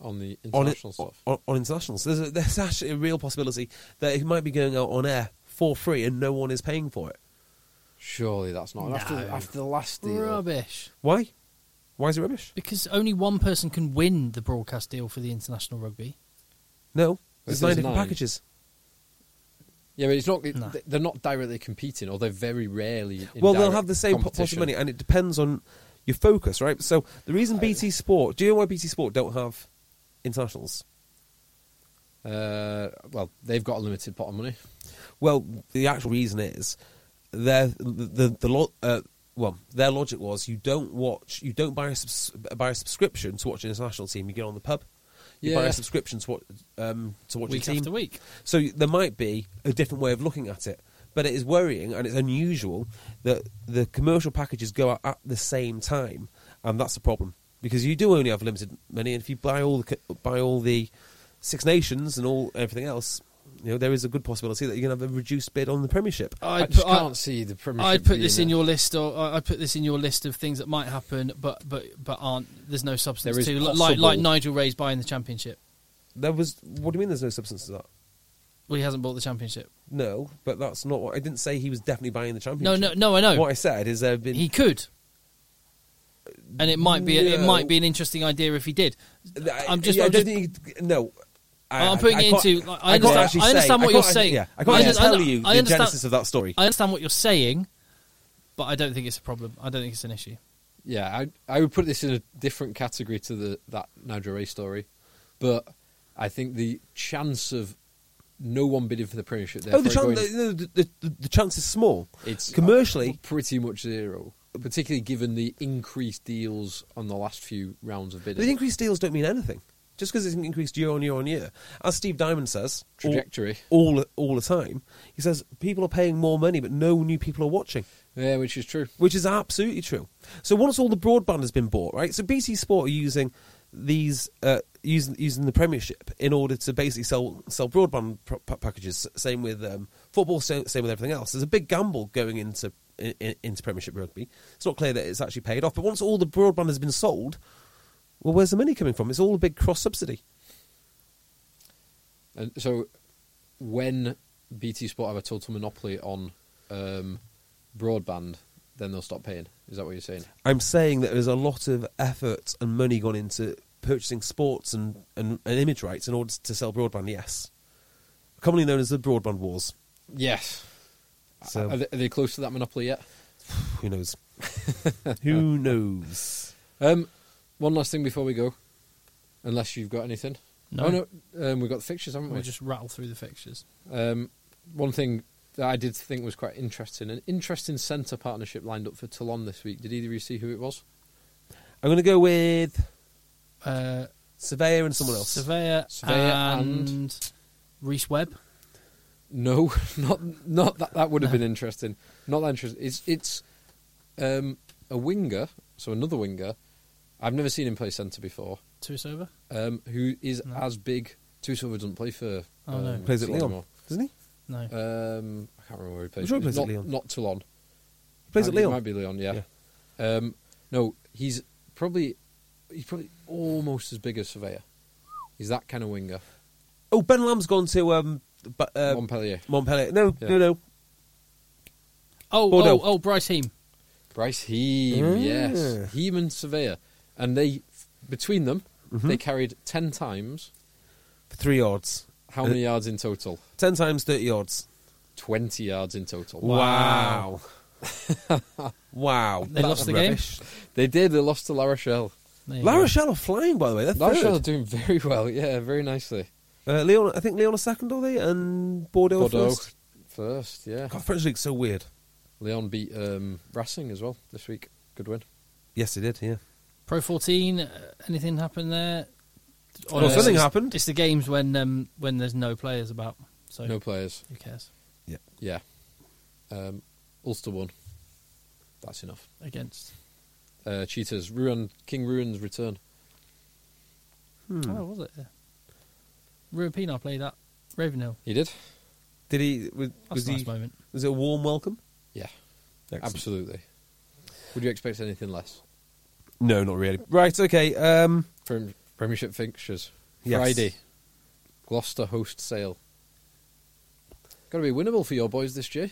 On the
on,
international stuff.
on, on internationals. There's, a, there's actually a real possibility that it might be going out on air for free and no one is paying for it.
Surely that's not. After,
No.
after the last
uh,
deal.
Rubbish.
Why? Why is it rubbish?
Because only one person can win the broadcast deal for the international rugby.
No, there's
There's
nine different
nine.
packages.
Yeah, but it's not. it-
No.
th- They're not directly competing, or they're very rarely. in
well, they'll
direct
have the same po- pot of
competition.
money, and it depends on your focus, right? So the reason BT Sport, do you know why BT Sport don't have internationals?
Uh, well, they've got a limited pot of money.
Well, the actual reason is their the the, the lo- uh, well their logic was you don't watch you don't buy a subs- buy a subscription to watch an international team. You get on the pub. You buy
Yeah.
a subscription to watch um, to watch
Week
a team
after week.
So there might be a different way of looking at it, but it is worrying and it's unusual that the commercial packages go out at the same time, and that's the problem because you do only have limited money, and if you buy all the co- buy all the Six Nations and all everything else. You know, there is a good possibility that you're going to have a reduced bid on the Premiership. Uh,
I,
I'd
just
put- I-
can't see the Premiership.
I'd put
being
this in
a-
your list, or I- I'd put this in your list of things that might happen, but but but aren't. There's no substance
There is
to. Li- Like
possible-
like Nigel Ray's buying the championship.
There was. What do you mean? There's no substance to that.
Well, he hasn't bought the championship.
No, but that's not what I didn't say. He was definitely buying
No,
the championship.
no, no. I know.
What I said is there have been.
He could, and it might be it
No.
might be an interesting idea if he did.
I-
I'm just.
yeah, I
I'm
don't
just
think he- no. I,
I'm putting
I
it
can't-
into- like, I
can't
understand-
actually
I understand
say-
what
I
you're
can't-
saying.
Yeah, I Oh,
I
can't
under-
tell
I-
you
I
the
understand-
genesis of that story.
I understand what you're saying, but I don't think it's a problem. I don't think it's an issue.
Yeah, I I would put this in a different category to the that Nigel Ray story, but I think the chance of no one bidding for the Premiership.
oh, the
therefore
chance,
going-
the, the, the, the chance is small.
It's
commercially.
pretty much zero, particularly given the increased deals on the last few rounds of
The
bidding.
increased deals don't mean anything. Just because it's increased year on year on year, as Steve Diamond says, all-
Trajectory.
all all the time. He says people are paying more money, but no new people are watching.
yeah, which is true.
which is absolutely true. So once all the broadband has been bought, right? So BT Sport are using these uh, using using the Premiership in order to basically sell sell broadband pr- pa- packages. Same with um, football, so, same with everything else. There's a big gamble going into in, in- into Premiership rugby. It's not clear that it's actually paid off, but once all the broadband has been sold, well, where's the money coming from? It's all a big cross subsidy.
And so, when BT Sport have a total monopoly on um, broadband, then they'll stop paying. Is that what you're saying?
I'm saying that there's a lot of effort and money gone into purchasing sports and, and, and image rights in order to sell broadband, yes. Commonly known as the broadband wars.
Yes.
So-
are, they, are they close to that monopoly yet?
Who knows? Uh, Who knows?
Um, one last thing before we go, unless you've got anything.
No.
oh, no um, we've got the fixtures, haven't we?
We'll just rattle through the fixtures.
Um, one thing that I did think was quite interesting, an interesting centre partnership lined up for Toulon this week. Did either of you see who it was?
I'm going to go with
Uh,
Surveyor and someone else.
Surveyor,
Surveyor
and,
and-
Reese Webb.
No, not not that. That would have been interesting. Not that interesting. It's it's um, a winger, so another winger. I've never seen him play centre before.
Tuisova.
Um, who is
No.
as big? Tuisova doesn't play for.
Hmm. Oh, no.
Plays at Leon,
Baltimore.
doesn't he?
No.
Uh,
Um, I can't remember where he plays.
sure he plays at
not,
Leon.
Not Toulon.
He plays
Might
at
be-
Leon.
Might be Leon, yeah. Um, no, he's probably he's probably almost as big as Surveyor. He's that kind of winger.
Oh, Ben Lamb's gone to um, but, uh,
Montpellier.
Montpellier. No,
Yeah.
no, no.
Oh,
Bordeaux.
oh, oh, Bryce Heem.
Bryce Heem,
Mm.
yes. Heem and Surveyor. And they, between them,
Mm-hmm.
they carried 10 times.
Three yards.
How
Uh,
many yards in total?
Ten times thirty yards.
20 yards in total.
Wow. wow.
They
That's
lost the
rubbish.
They did. They lost to La Rochelle.
There you
La
go.
Rochelle are flying, by the way. They're
La Rochelle are
third.
doing very well. Yeah, very nicely.
Uh, Leon, I think Leon are second, are they? And Bordeaux, are
Bordeaux
first.
first, yeah.
God, French league's so weird.
Leon beat um, Racing as well this week. Good win.
Yes, they did. Yeah.
Pro 14, uh, anything happen there? Or
Well,
it's-
Oh, something
it's-
happened.
It's the games when um, when there's no players about. So
No players.
who cares?
Yeah. Um, Ulster won. That's enough.
Against.
Uh, Cheetahs. Ruan, King Ruan's return.
Hmm.
Oh, was it? Yeah. Ruben Pinar played at Ravenhill.
He did?
Did he? Was,
That's
was
a nice
he?
moment.
Was it a warm welcome?
Yeah.
Excellent.
Absolutely. Would you expect anything less?
No, not really. Right. Okay. Um,
Prem- Premiership fixtures.
Yes.
Friday. Gloucester host Sale. Got to be winnable for your boys this year.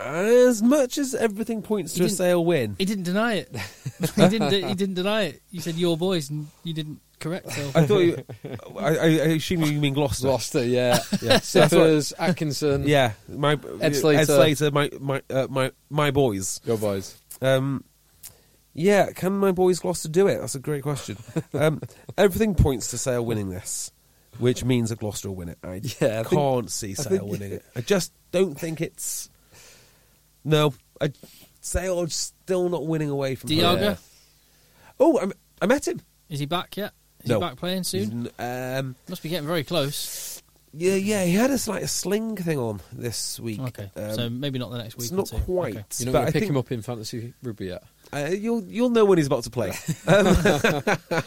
as much as everything points to a
didn't-
Sale win,
He didn't deny it. he didn't. He didn't deny it. You said your boys, and you didn't correct. So
I thought. You, I, I I assume you mean Gloucester.
Gloucester, yeah.
Yeah. So that's what-
Sippers, Atkinson.
Yeah, my
Ed
Ed
Slater.
Slater, my my uh, my my boys.
Your boys.
Um, yeah, can my boys Gloucester do it? That's a great question. Um, everything points to Sale winning this, which means that Gloucester will win it. I
Yeah, I think-
can't see Sale
think-
winning it. I just don't think it's. No, I Sale are still not winning away from.
Diaga
home. Oh, I, I met him.
is he back yet? Is
No.
he back playing soon?
Um,
Must be getting very close.
yeah, yeah, he had a slight sling thing on this week.
Okay,
Um,
so maybe not the next week.
it's
or
not
two. Okay.
quite.
You're not
but
going
I
to pick
think-
him up in fantasy rugby yet.
Uh, you'll you'll know when he's about to play. Um,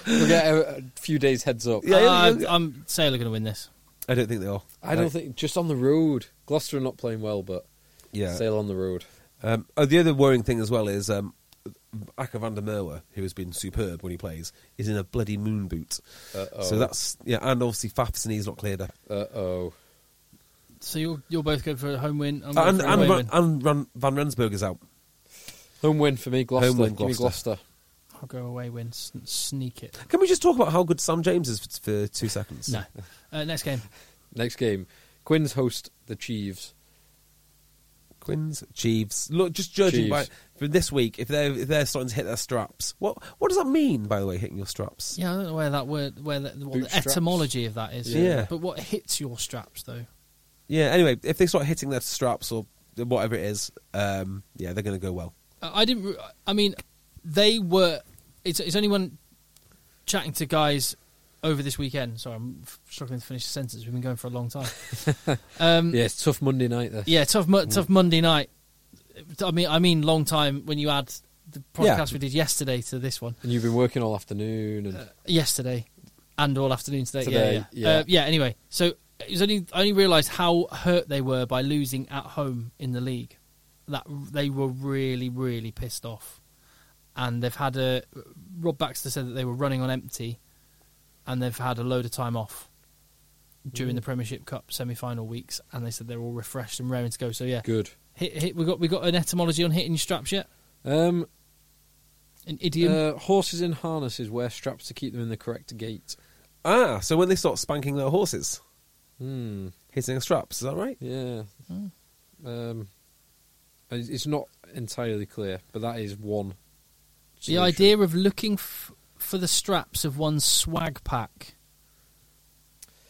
We'll get a, a few days heads up.
Yeah, yeah,
Uh,
yeah.
I'm Sale are going to win this.
I don't think they are.
I don't think just on the road. Gloucester are not playing well, but
Yeah.
Sale on the road.
Um, oh, the other worrying thing as well is um, Aka van der Merwe, who has been superb when he plays, is in a bloody moon boot.
Uh-oh.
So that's yeah, and obviously Fafs and he's not cleared up,
Uh oh.
So you'll you'll both go for a home win. I'm going
and
for a
and,
away
Ran,
win.
and Ran, Van Rensburg is out.
Home win for me, Gloucester.
Home win,
Give me
Gloucester.
Gloucester.
I'll go away win. S- sneak it.
Can we just talk about how good Sam James is for, for two seconds?
No. Uh, next game.
Next game. Quinns host the Chiefs.
Quinns, Jeeves. Look, just judging
Jeeves.
by for this week, if they're if they're starting to hit their straps, what what does that mean? By the way, hitting your straps.
Yeah, I don't know where that word, where the, what the
Bootstraps.
etymology of that is.
Yeah.
But what hits your straps though?
Yeah. Anyway, if they start hitting their straps or whatever it is, um, yeah, they're going to go well.
I I didn't. re- I mean, they were. It's it's only when chatting to guys over this weekend. Sorry, I'm f- struggling to finish the sentence. We've been going for a long time. um,
Yeah, it's tough Monday night this.
yeah, tough mo-
Mm.
tough Monday night. I mean, I mean, long time when you add the
Yeah.
podcast we did yesterday to this one
And you've been working all afternoon
Uh,
and
yesterday and all afternoon today. yeah,
Today,
yeah.
yeah.
Uh, yeah anyway, so it was only I only realised how hurt they were by losing at home in the league. That they were really, really pissed off, and they've had a Rob Baxter said that they were running on empty, and they've had a load of time off during the Premiership Cup semi-final weeks, and they said they're all refreshed and raring to go. So yeah,
good.
hit, hit, we got we got an etymology on hitting your straps yet?
Um,
An idiom?
uh, horses in harnesses wear straps to keep them in the correct gait.
Ah, so when they start spanking their horses,
Hmm.
hitting the straps, is that right?
Yeah.
Hmm.
Um, it- it's not entirely clear, but that is one.
The
solution.
idea of looking f- for the straps of one's swag pack.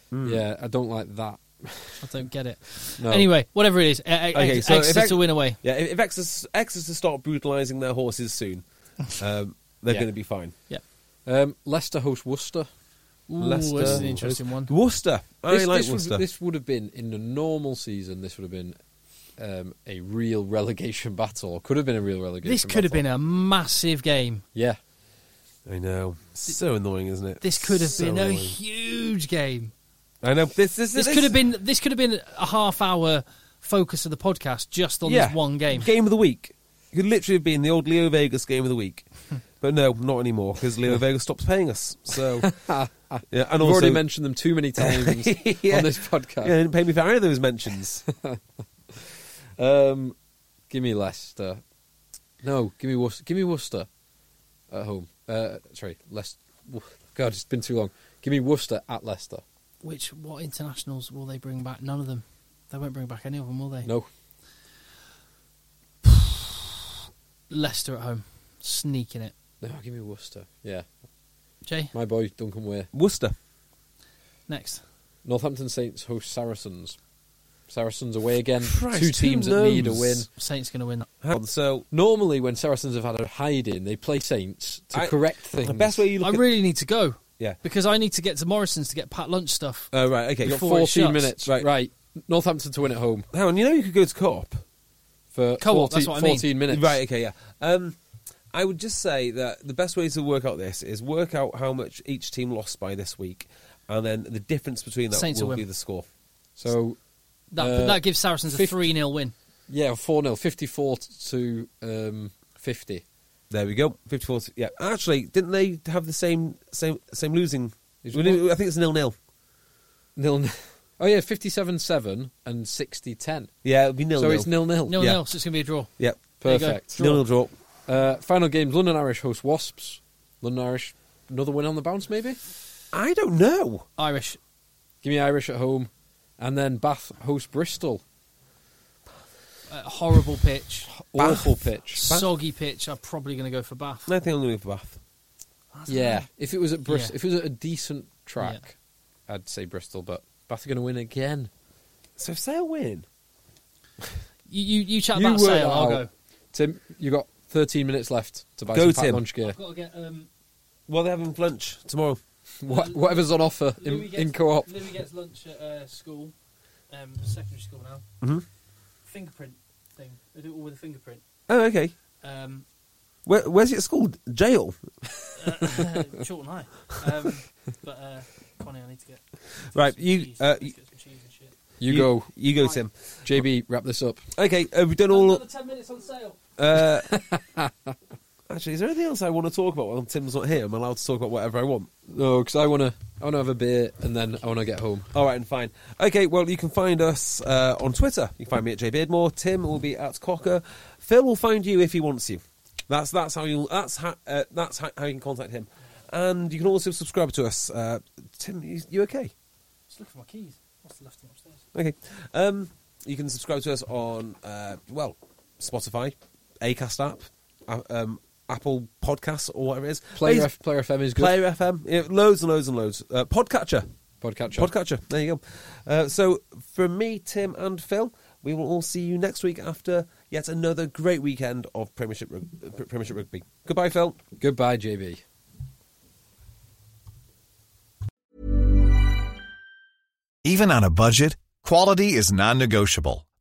Hmm.
Yeah, I don't like that.
I don't get it.
No.
Anyway, whatever it is, e- e-
Okay,
ex-
so if
Exeter
ex-
to win away.
Yeah, if, if Exeter, Exeter start brutalising their horses soon, um,
Yeah.
they're going to be fine.
Yeah.
Um, Leicester host Worcester.
Ooh,
Leicester-
this is an interesting one.
Worcester. I
this,
like
this
Worcester.
Would, this would have been in a normal season. This would have been um, a real relegation battle, or could have been a real relegation.
This could have been
battle.
a massive game.
yeah.
I know. So annoying, isn't it?
This could have
So
been a
annoying.
huge game.
I know. This, this,
This could have been. This could have been a half hour focus of the podcast just on
yeah.
this one game.
Game of the week. It could literally have been the old Leo Vegas game of the week. But no, not anymore because Leo Vegas stops paying us. So, yeah, and
I've
also,
already mentioned them too many times
Yeah.
on this podcast.
Yeah, they didn't pay me for either of those mentions.
Um, give me Leicester. No, give me Worcester. Give me Worcester at home. Uh, sorry, Leicester. God, it's been too long. Give me Worcester at Leicester.
Which what internationals will they bring back? None of them. They won't bring back any of them, will they?
No,
Leicester at home, sneaking it.
no, give me Worcester. Yeah,
Jay,
my boy Duncan Weir.
Worcester.
next.
Northampton Saints host Saracens. Saracens away again.
Christ,
Two
who
teams that need a
knows?
win.
Saints going to win. that.
Hang on, So,
Normally, when Saracens have had a hide in, they play Saints to
I-
correct things.
the best way you
I
look at
really need to go
yeah.
because I need to get to Morrison's to get Pat Lunch stuff.
Uh,
Oh right, okay.
You've got
Before it
14
shuts.
minutes.
Right.
Right. Northampton to win at home
Hang on, you know you could go to co-op.
for
Co-op,
14,
that's what I mean.
14 minutes.
Right, okay, yeah. Um, I would just say that the best way to work out this is work out how much each team lost by this week, and then the difference between that
Saints will
will be
win.
the score.
So
That
Uh,
that gives Saracens a
fif-
three 0 win.
Yeah, 4 0, 54 to um, 50.
There we go, fifty-four. to- yeah, actually, didn't they have the same same same losing? I
It's
think it's nil-nil.
Nil, nil. Oh, yeah, 57 7 and 60 10.
Yeah, it'll be
So
nil-nil.
it's nil nil.
Nil
Yeah.
nil. So it's going to be a draw.
Yeah,
you go.
Perfect.
nil-nil draw.
Uh, final games London Irish host Wasps. London Irish, another win on the bounce, maybe?
I don't know.
Irish.
Give me Irish at home. And then Bath host Bristol.
Uh, horrible pitch,
Awful pitch.
soggy pitch. I'm probably going to go for Bath.
I think I'm going to go for Bath.
Yeah. If it was at Bristol,
Yeah.
if it was at a decent track, I'd say Bristol, but Bath are going to win again.
So if Sale win,
You you, you chat
You
about
work
sale.
that
I'll
out.
go.
Tim, you got 13 minutes left to buy
Go,
some packed
Tim.
lunch gear.
I've got to get um,
well, they're having lunch tomorrow.
What, whatever's on offer in,
Louis gets,
in co-op.
Louis gets lunch at uh, school, um, secondary school now.
Mm-hmm.
Mhm.
Fingerprint thing. They do it all with a fingerprint.
Oh, okay.
Um,
Where, where's it at school? Jail.
uh, short and high. Um, but uh, funny, I need to get
Right,
some
you
cheese.
uh,
Let's
you,
get some cheese and shit.
You, go,
You go, Tim.
JB. Wrap this up.
Okay, have we done all?
Another ten minutes on sale.
Uh, actually, is there anything else I want to talk about while Tim's not here? I'm allowed to talk about whatever I want.
No, because I wanna, I wanna have a beer and then I wanna get home.
All right, and fine. Okay, well, you can find us uh, on Twitter. You can find me at Jay Beardmore. Tim will be at Cocker. Phil will find you if he wants you. That's that's how you that's how uh, that's how, how you can contact him. And you can also subscribe to us. Uh, Tim, you, you okay?
Just look for my keys. What's left of them upstairs?
Okay. Um, you can subscribe to us on, uh, well, Spotify, Acast app, uh, um, Apple Podcasts, or whatever it is.
Player,
Bas-
F, Player FM is good.
Player FM. Yeah, loads and loads and loads. Uh, Podcatcher.
Podcatcher.
Podcatcher. There you go. Uh, so, from me, Tim, and Phil, we will all see you next week after yet another great weekend of Premiership, rug- uh, Pre- Premiership Rugby. Goodbye, Phil.
Goodbye, JB.
Even on a budget, quality is non-negotiable.